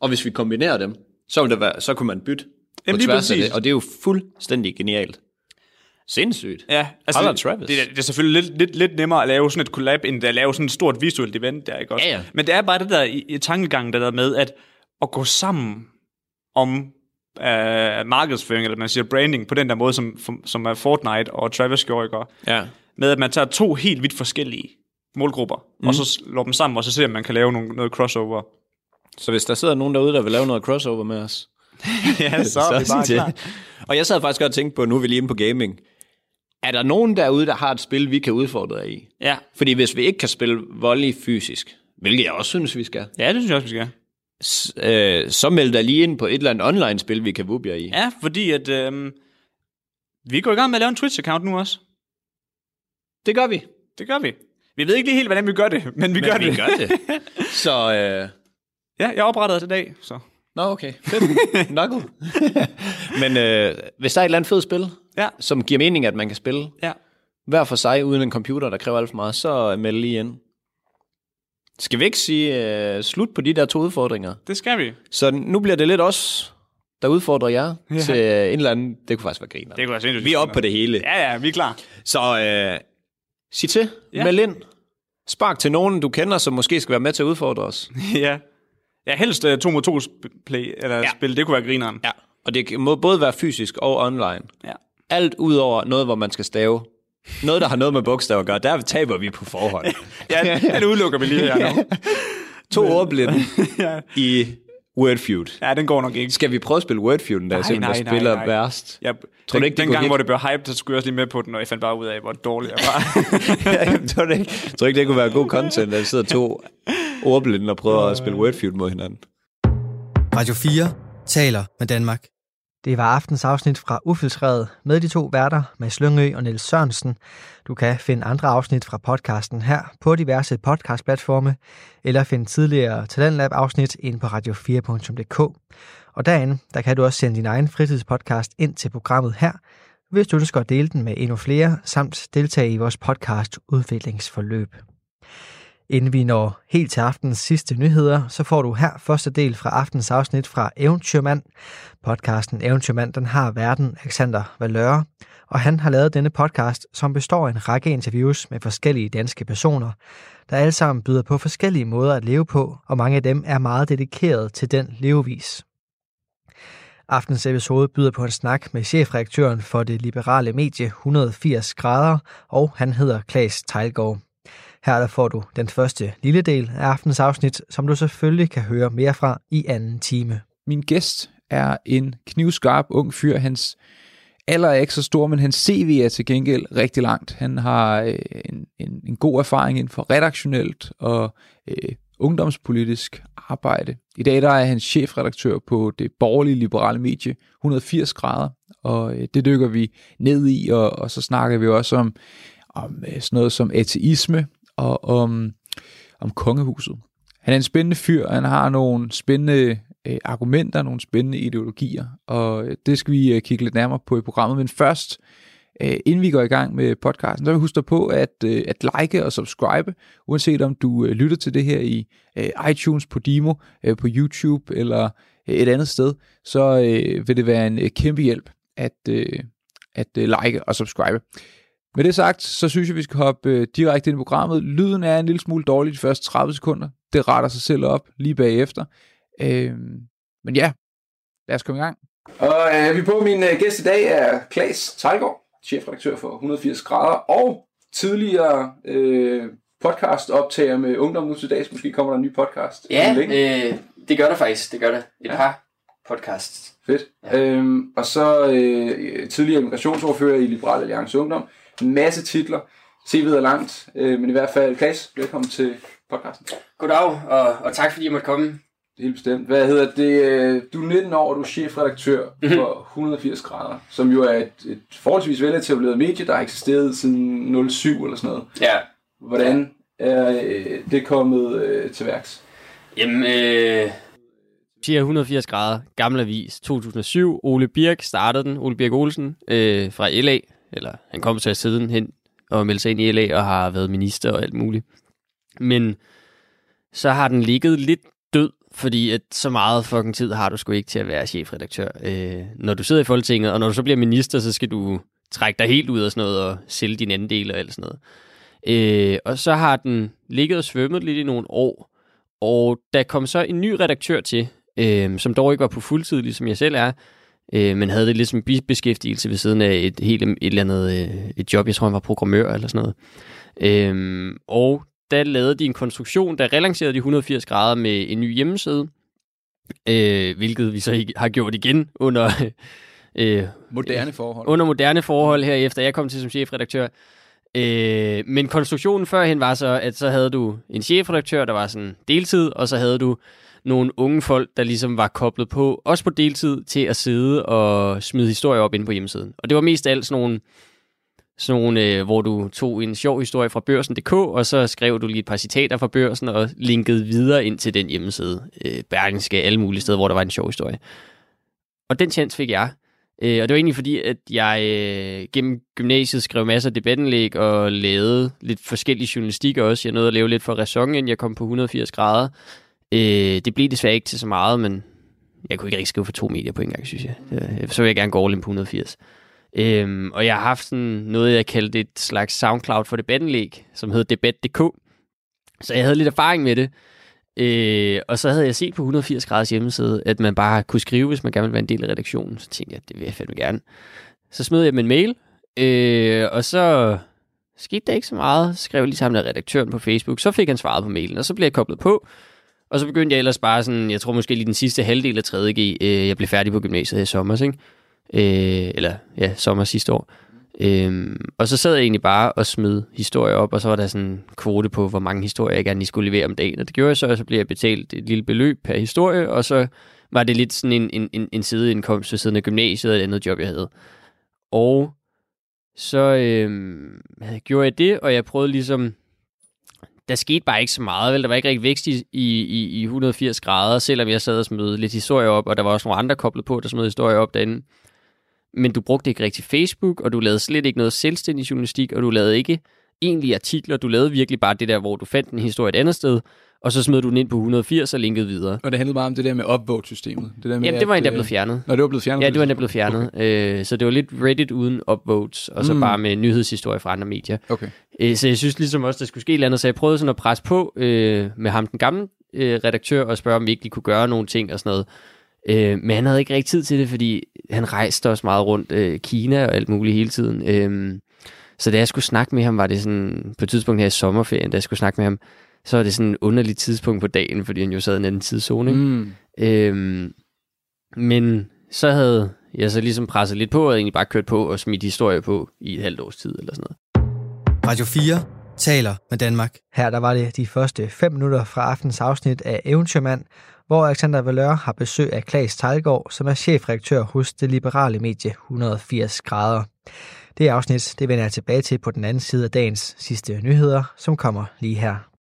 og hvis vi kombinerer dem, så, vil det være, så kunne man bytte Jamen, på lige tværs af præcis. det, og det er jo fuldstændig genialt. Sindssygt. Ja, Holder altså, Travis. det, det, er- det er selvfølgelig lidt, lidt, lidt nemmere at lave sådan et collab, end at lave sådan et stort visuelt event der, ikke også? Ja, ja. Men det er bare det der i, i tankegangen, der der med, at at gå sammen om øh, markedsføring, eller man siger branding, på den der måde, som, som er Fortnite og Travis gjorde, ikke også? Ja. med at man tager to helt vidt forskellige målgrupper, mm. og så slår dem sammen, og så ser man, om man kan lave nogle, noget crossover. Så hvis der sidder nogen derude, der vil lave noget crossover med os, ja, så er vi bare sådan klar. det. Og jeg sad faktisk godt og tænkte på, nu er vi lige inde på gaming. Er der nogen derude, der har et spil, vi kan udfordre jer i? Ja. Fordi hvis vi ikke kan spille volley fysisk, hvilket jeg også synes, vi skal, ja, det synes jeg også, vi skal. s- øh, så meld dig lige ind på et eller andet online-spil, vi kan vuppe jer i. Ja, fordi at, øh, vi går i gang med at lave en Twitch-account nu også. Det gør vi. Det gør vi. Vi ved ikke lige helt, hvordan vi gør det, men vi men gør vi det. gør det. Så, øh, Ja, jeg oprettede det i dag, så. nå okay, fedt. Knuckle. Men øh, hvis der er et eller andet fedt spil, Ja. som giver mening, at man kan spille Ja. hver for sig, uden en computer, der kræver alt for meget, så øh, meld lige ind. Skal vi ikke sige øh, slut på de der to udfordringer? Det skal vi. Så nu bliver det lidt os, der udfordrer jer Ja. ja. til øh, en eller anden... Det kunne faktisk være griner. Det kunne jeg sindssygt. Vi er oppe på det hele. Ja. Ja, ja, vi er klar. Så øh, sig til, Ja. ja. meld ind. Spark til nogen, du kender, som måske skal være med til at udfordre os. ja. Ja, helst uh, to mod to sp- play, eller ja. spil, det kunne være grineren. Ja. Og det kan- må både være fysisk og online. ja. Alt ud over noget, hvor man skal stave. Noget, der har noget med bogstaver at gøre. Der taber vi på forhånd. Ja, det udelukker vi lige her nu. To ordblinde Ja. i Wordfeud. ja, den går nok ikke. Skal vi prøve at spille Wordfeud en dag, Nej, se hvem nej, der nej, spiller nej. værst? Jeg, Tror du tror den, ikke, ikke, det den kunne gang, hit? hvor det blev hype, så skulle jeg også lige med på den, og jeg fandt bare ud af, hvor dårlig jeg var. jeg tror, det ikke, tror ikke, det kunne være god content, at der sidder to ordblinde og prøver at spille Wordfeud mod hinanden. Radio 4 taler med Danmark. Det var aftens afsnit fra Ufiltreret med de to værter, Mads Lyngø og Niels Sørensen. Du kan finde andre afsnit fra podcasten her på diverse podcastplatforme, eller finde tidligere Talentlab-afsnit inde på radio4.dk. Og derinde, der kan du også sende din egen fritidspodcast ind til programmet her, hvis du ønsker at dele den med endnu flere, samt deltage i vores podcast udviklingsforløb. Inden vi når helt til aftens sidste nyheder, så får du her første del fra aftens afsnit fra Eventyrmand. Podcasten Eventyrmand, den har verden Alexander Valøre, og han har lavet denne podcast, som består af en række interviews med forskellige danske personer, der alle sammen byder på forskellige måder at leve på, og mange af dem er meget dedikeret til den levevis. Aftens episode byder på en snak med chefredaktøren for det liberale medie 180 grader, og han hedder Klaas Tejlgaard. Her der får du den første lille del af aftens afsnit, som du selvfølgelig kan høre mere fra i anden time. Min gæst er en knivskarp ung fyr. Hans alder er ikke så stor, men hans CV er til gengæld rigtig langt. Han har øh, en, en, en god erfaring inden for redaktionelt og øh, ungdomspolitisk arbejde. I dag der er han chefredaktør på det borgerlige liberale medie 180 grader, og øh, det dykker vi ned i, og, og så snakker vi også om, om øh, sådan noget som ateisme og om, om kongehuset. Han er en spændende fyr, og han har nogle spændende øh, argumenter, nogle spændende ideologier, og øh, det skal vi øh, kigge lidt nærmere på i programmet. Men først, øh, inden vi går i gang med podcasten, så vil jeg huske dig på at, øh, at like og subscribe, uanset om du øh, lytter til det her i øh, iTunes, på Podimo, øh, på YouTube eller øh, et andet sted, så øh, vil det være en øh, kæmpe hjælp at, øh, at øh, like og subscribe. Med det sagt, så synes jeg, vi skal hoppe øh, direkte ind i programmet. Lyden er en lille smule dårlig de første 30 sekunder. Det retter sig selv op lige bagefter. Øh, men ja, lad os komme i gang. Og øh, vi er på min øh, gæst i dag er Klaas Tejlgaard, chefredaktør for 180 grader, og tidligere øh, podcast optager med Ungdom nu til dags. Måske kommer der en ny podcast. Ja, inden længe. øh, det gør der faktisk. Det gør der. Et Ja. ja. par podcasts. Fedt. Ja. Øhm, og så øh, tidligere immigrationsordfører i Liberal Alliance Ungdom. Masse titler. CV'et er langt, øh, men i hvert fald, Klaas, velkommen til podcasten. Goddag, og, og tak fordi I måtte komme. Det er helt bestemt. Hvad hedder det? øh, Du er 19 år, og du er chefredaktør Mhm. for 180 grader, som jo er et, et forholdsvis veletableret medie, der har eksisteret siden 07 eller sådan noget. Ja. Hvordan er øh, det kommet øh, til værks? Jamen, øh, Chia 180 grader, gammel avis, 2007. Ole Birk startede den, Ole Birk Olsen, øh, fra LA. Eller han kom så siden hen og meldte sig ind i LA og har været minister og alt muligt. Men så har den ligget lidt død, fordi at så meget fucking tid har du sgu ikke til at være chefredaktør. Øh, når du sidder i Folketinget, og når du så bliver minister, så skal du trække dig helt ud af sådan noget og sælge din andel og alt sådan noget. Øh, og så har den ligget og svømmet lidt i nogle år, og der kom så en ny redaktør til, øh, som dog ikke var på fuldtid, ligesom jeg selv er, øh, men havde det lidt som bibeskæftigelse ved siden af et helt et eller andet øh, et job. Jeg tror, han var programmør eller sådan noget. Øhm, og der lavede de en konstruktion, der relancerede de 180 grader med en ny hjemmeside, øh, hvilket vi så ikke har gjort igen under, øh, Moderne forhold. under moderne forhold her efter jeg kom til som chefredaktør. Øh, men konstruktionen førhen var så, at så havde du en chefredaktør, der var sådan deltid, og så havde du nogle unge folk, der ligesom var koblet på, også på deltid, til at sidde og smide historier op inde på hjemmesiden. Og det var mest af alt sådan nogle, sådan nogle øh, hvor du tog en sjov historie fra børsen.dk, og så skrev du lige et par citater fra børsen og linkede videre ind til den hjemmeside. Øh, Bergenske, alle mulige steder, hvor der var en sjov historie. Og den chance fik jeg. Øh, og det var egentlig fordi, at jeg øh, gennem gymnasiet skrev masser af debatindlæg og lavede lidt forskellige journalistikker også. Jeg nåede at lave lidt for Ræson, inden jeg kom på 180 grader. Øh, det blev desværre ikke til så meget, men jeg kunne ikke rigtig skrive for to medier på en gang, synes jeg. Øh, så vil jeg gerne gå all in på 180. Øhm, og jeg har haft sådan noget, jeg kaldte et slags SoundCloud for debatindlæg, som hed debat.dk. Så jeg havde lidt erfaring med det. Øh, og så havde jeg set på 180 graders hjemmeside, at man bare kunne skrive, hvis man gerne ville være en del af redaktionen. Så tænkte jeg, det vil jeg fandme gerne. Så smed jeg min mail, øh, og så skete der ikke så meget. Så skrev jeg lige sammen med redaktøren på Facebook. Så fik han svaret på mailen, og så blev jeg koblet på. Og så begyndte jeg ellers bare sådan, jeg tror måske lige den sidste halvdel af 3.G, øh, jeg blev færdig på gymnasiet her i sommer, ikke? Øh, eller ja, sommer sidste år. Øhm, og så sad jeg egentlig bare og smed historier op, og så var der sådan en kvote på, hvor mange historier jeg gerne lige skulle levere om dagen. Og det gjorde jeg så, og så blev jeg betalt et lille beløb per historie, og så var det lidt sådan en, en, en, en sideindkomst ved siden af gymnasiet og et andet job, jeg havde. Og så øhm, gjorde jeg det, og jeg prøvede ligesom... Der skete bare ikke så meget, vel? Der var ikke rigtig vækst i, i, i- i 180 grader, selvom jeg sad og smed lidt historie op, og der var også nogle andre koblet på, der smed historie op derinde men du brugte ikke rigtig Facebook, og du lavede slet ikke noget selvstændig journalistik, og du lavede ikke egentlige artikler. Du lavede virkelig bare det der, hvor du fandt en historie et andet sted, og så smed du den ind på 180 og linkede videre. Og det handlede meget om det der med upvote-systemet. Det der med, Jamen, det var at, endda øh, blevet fjernet. Nå, det var blevet fjernet. Ja, det var endda blevet fjernet. Okay. Øh, så det var lidt Reddit uden upvotes, og så Mm. mm. bare med nyhedshistorier fra andre medier. Okay. Øh, så jeg synes ligesom også, der skulle ske et eller andet, så jeg prøvede sådan at presse på øh, med ham, den gamle øh, redaktør, og spørge, om vi ikke lige kunne gøre nogle ting og sådan noget. Øh, men han havde ikke rigtig tid til det, fordi han rejste også meget rundt øh, Kina og alt muligt hele tiden. Øh, så da jeg skulle snakke med ham, var det sådan, på et tidspunkt her i sommerferien, da jeg skulle snakke med ham, så var det sådan et underligt tidspunkt på dagen, fordi han jo sad i en anden tidszone. Ikke? Mm. Øhm, Men så havde jeg så ligesom presset lidt på, og egentlig bare kørt på og smidt historie på i et halvt års tid eller sådan noget. Radio 4 taler med Danmark. Her der var det de første 5 minutter fra aftens afsnit af Eventyrmand, hvor Alexander Valør har besøg af Claes Tejlgaard, som er chefredaktør hos det liberale medie 180 grader. Det afsnit det vender jeg tilbage til på den anden side af dagens sidste nyheder, som kommer lige her.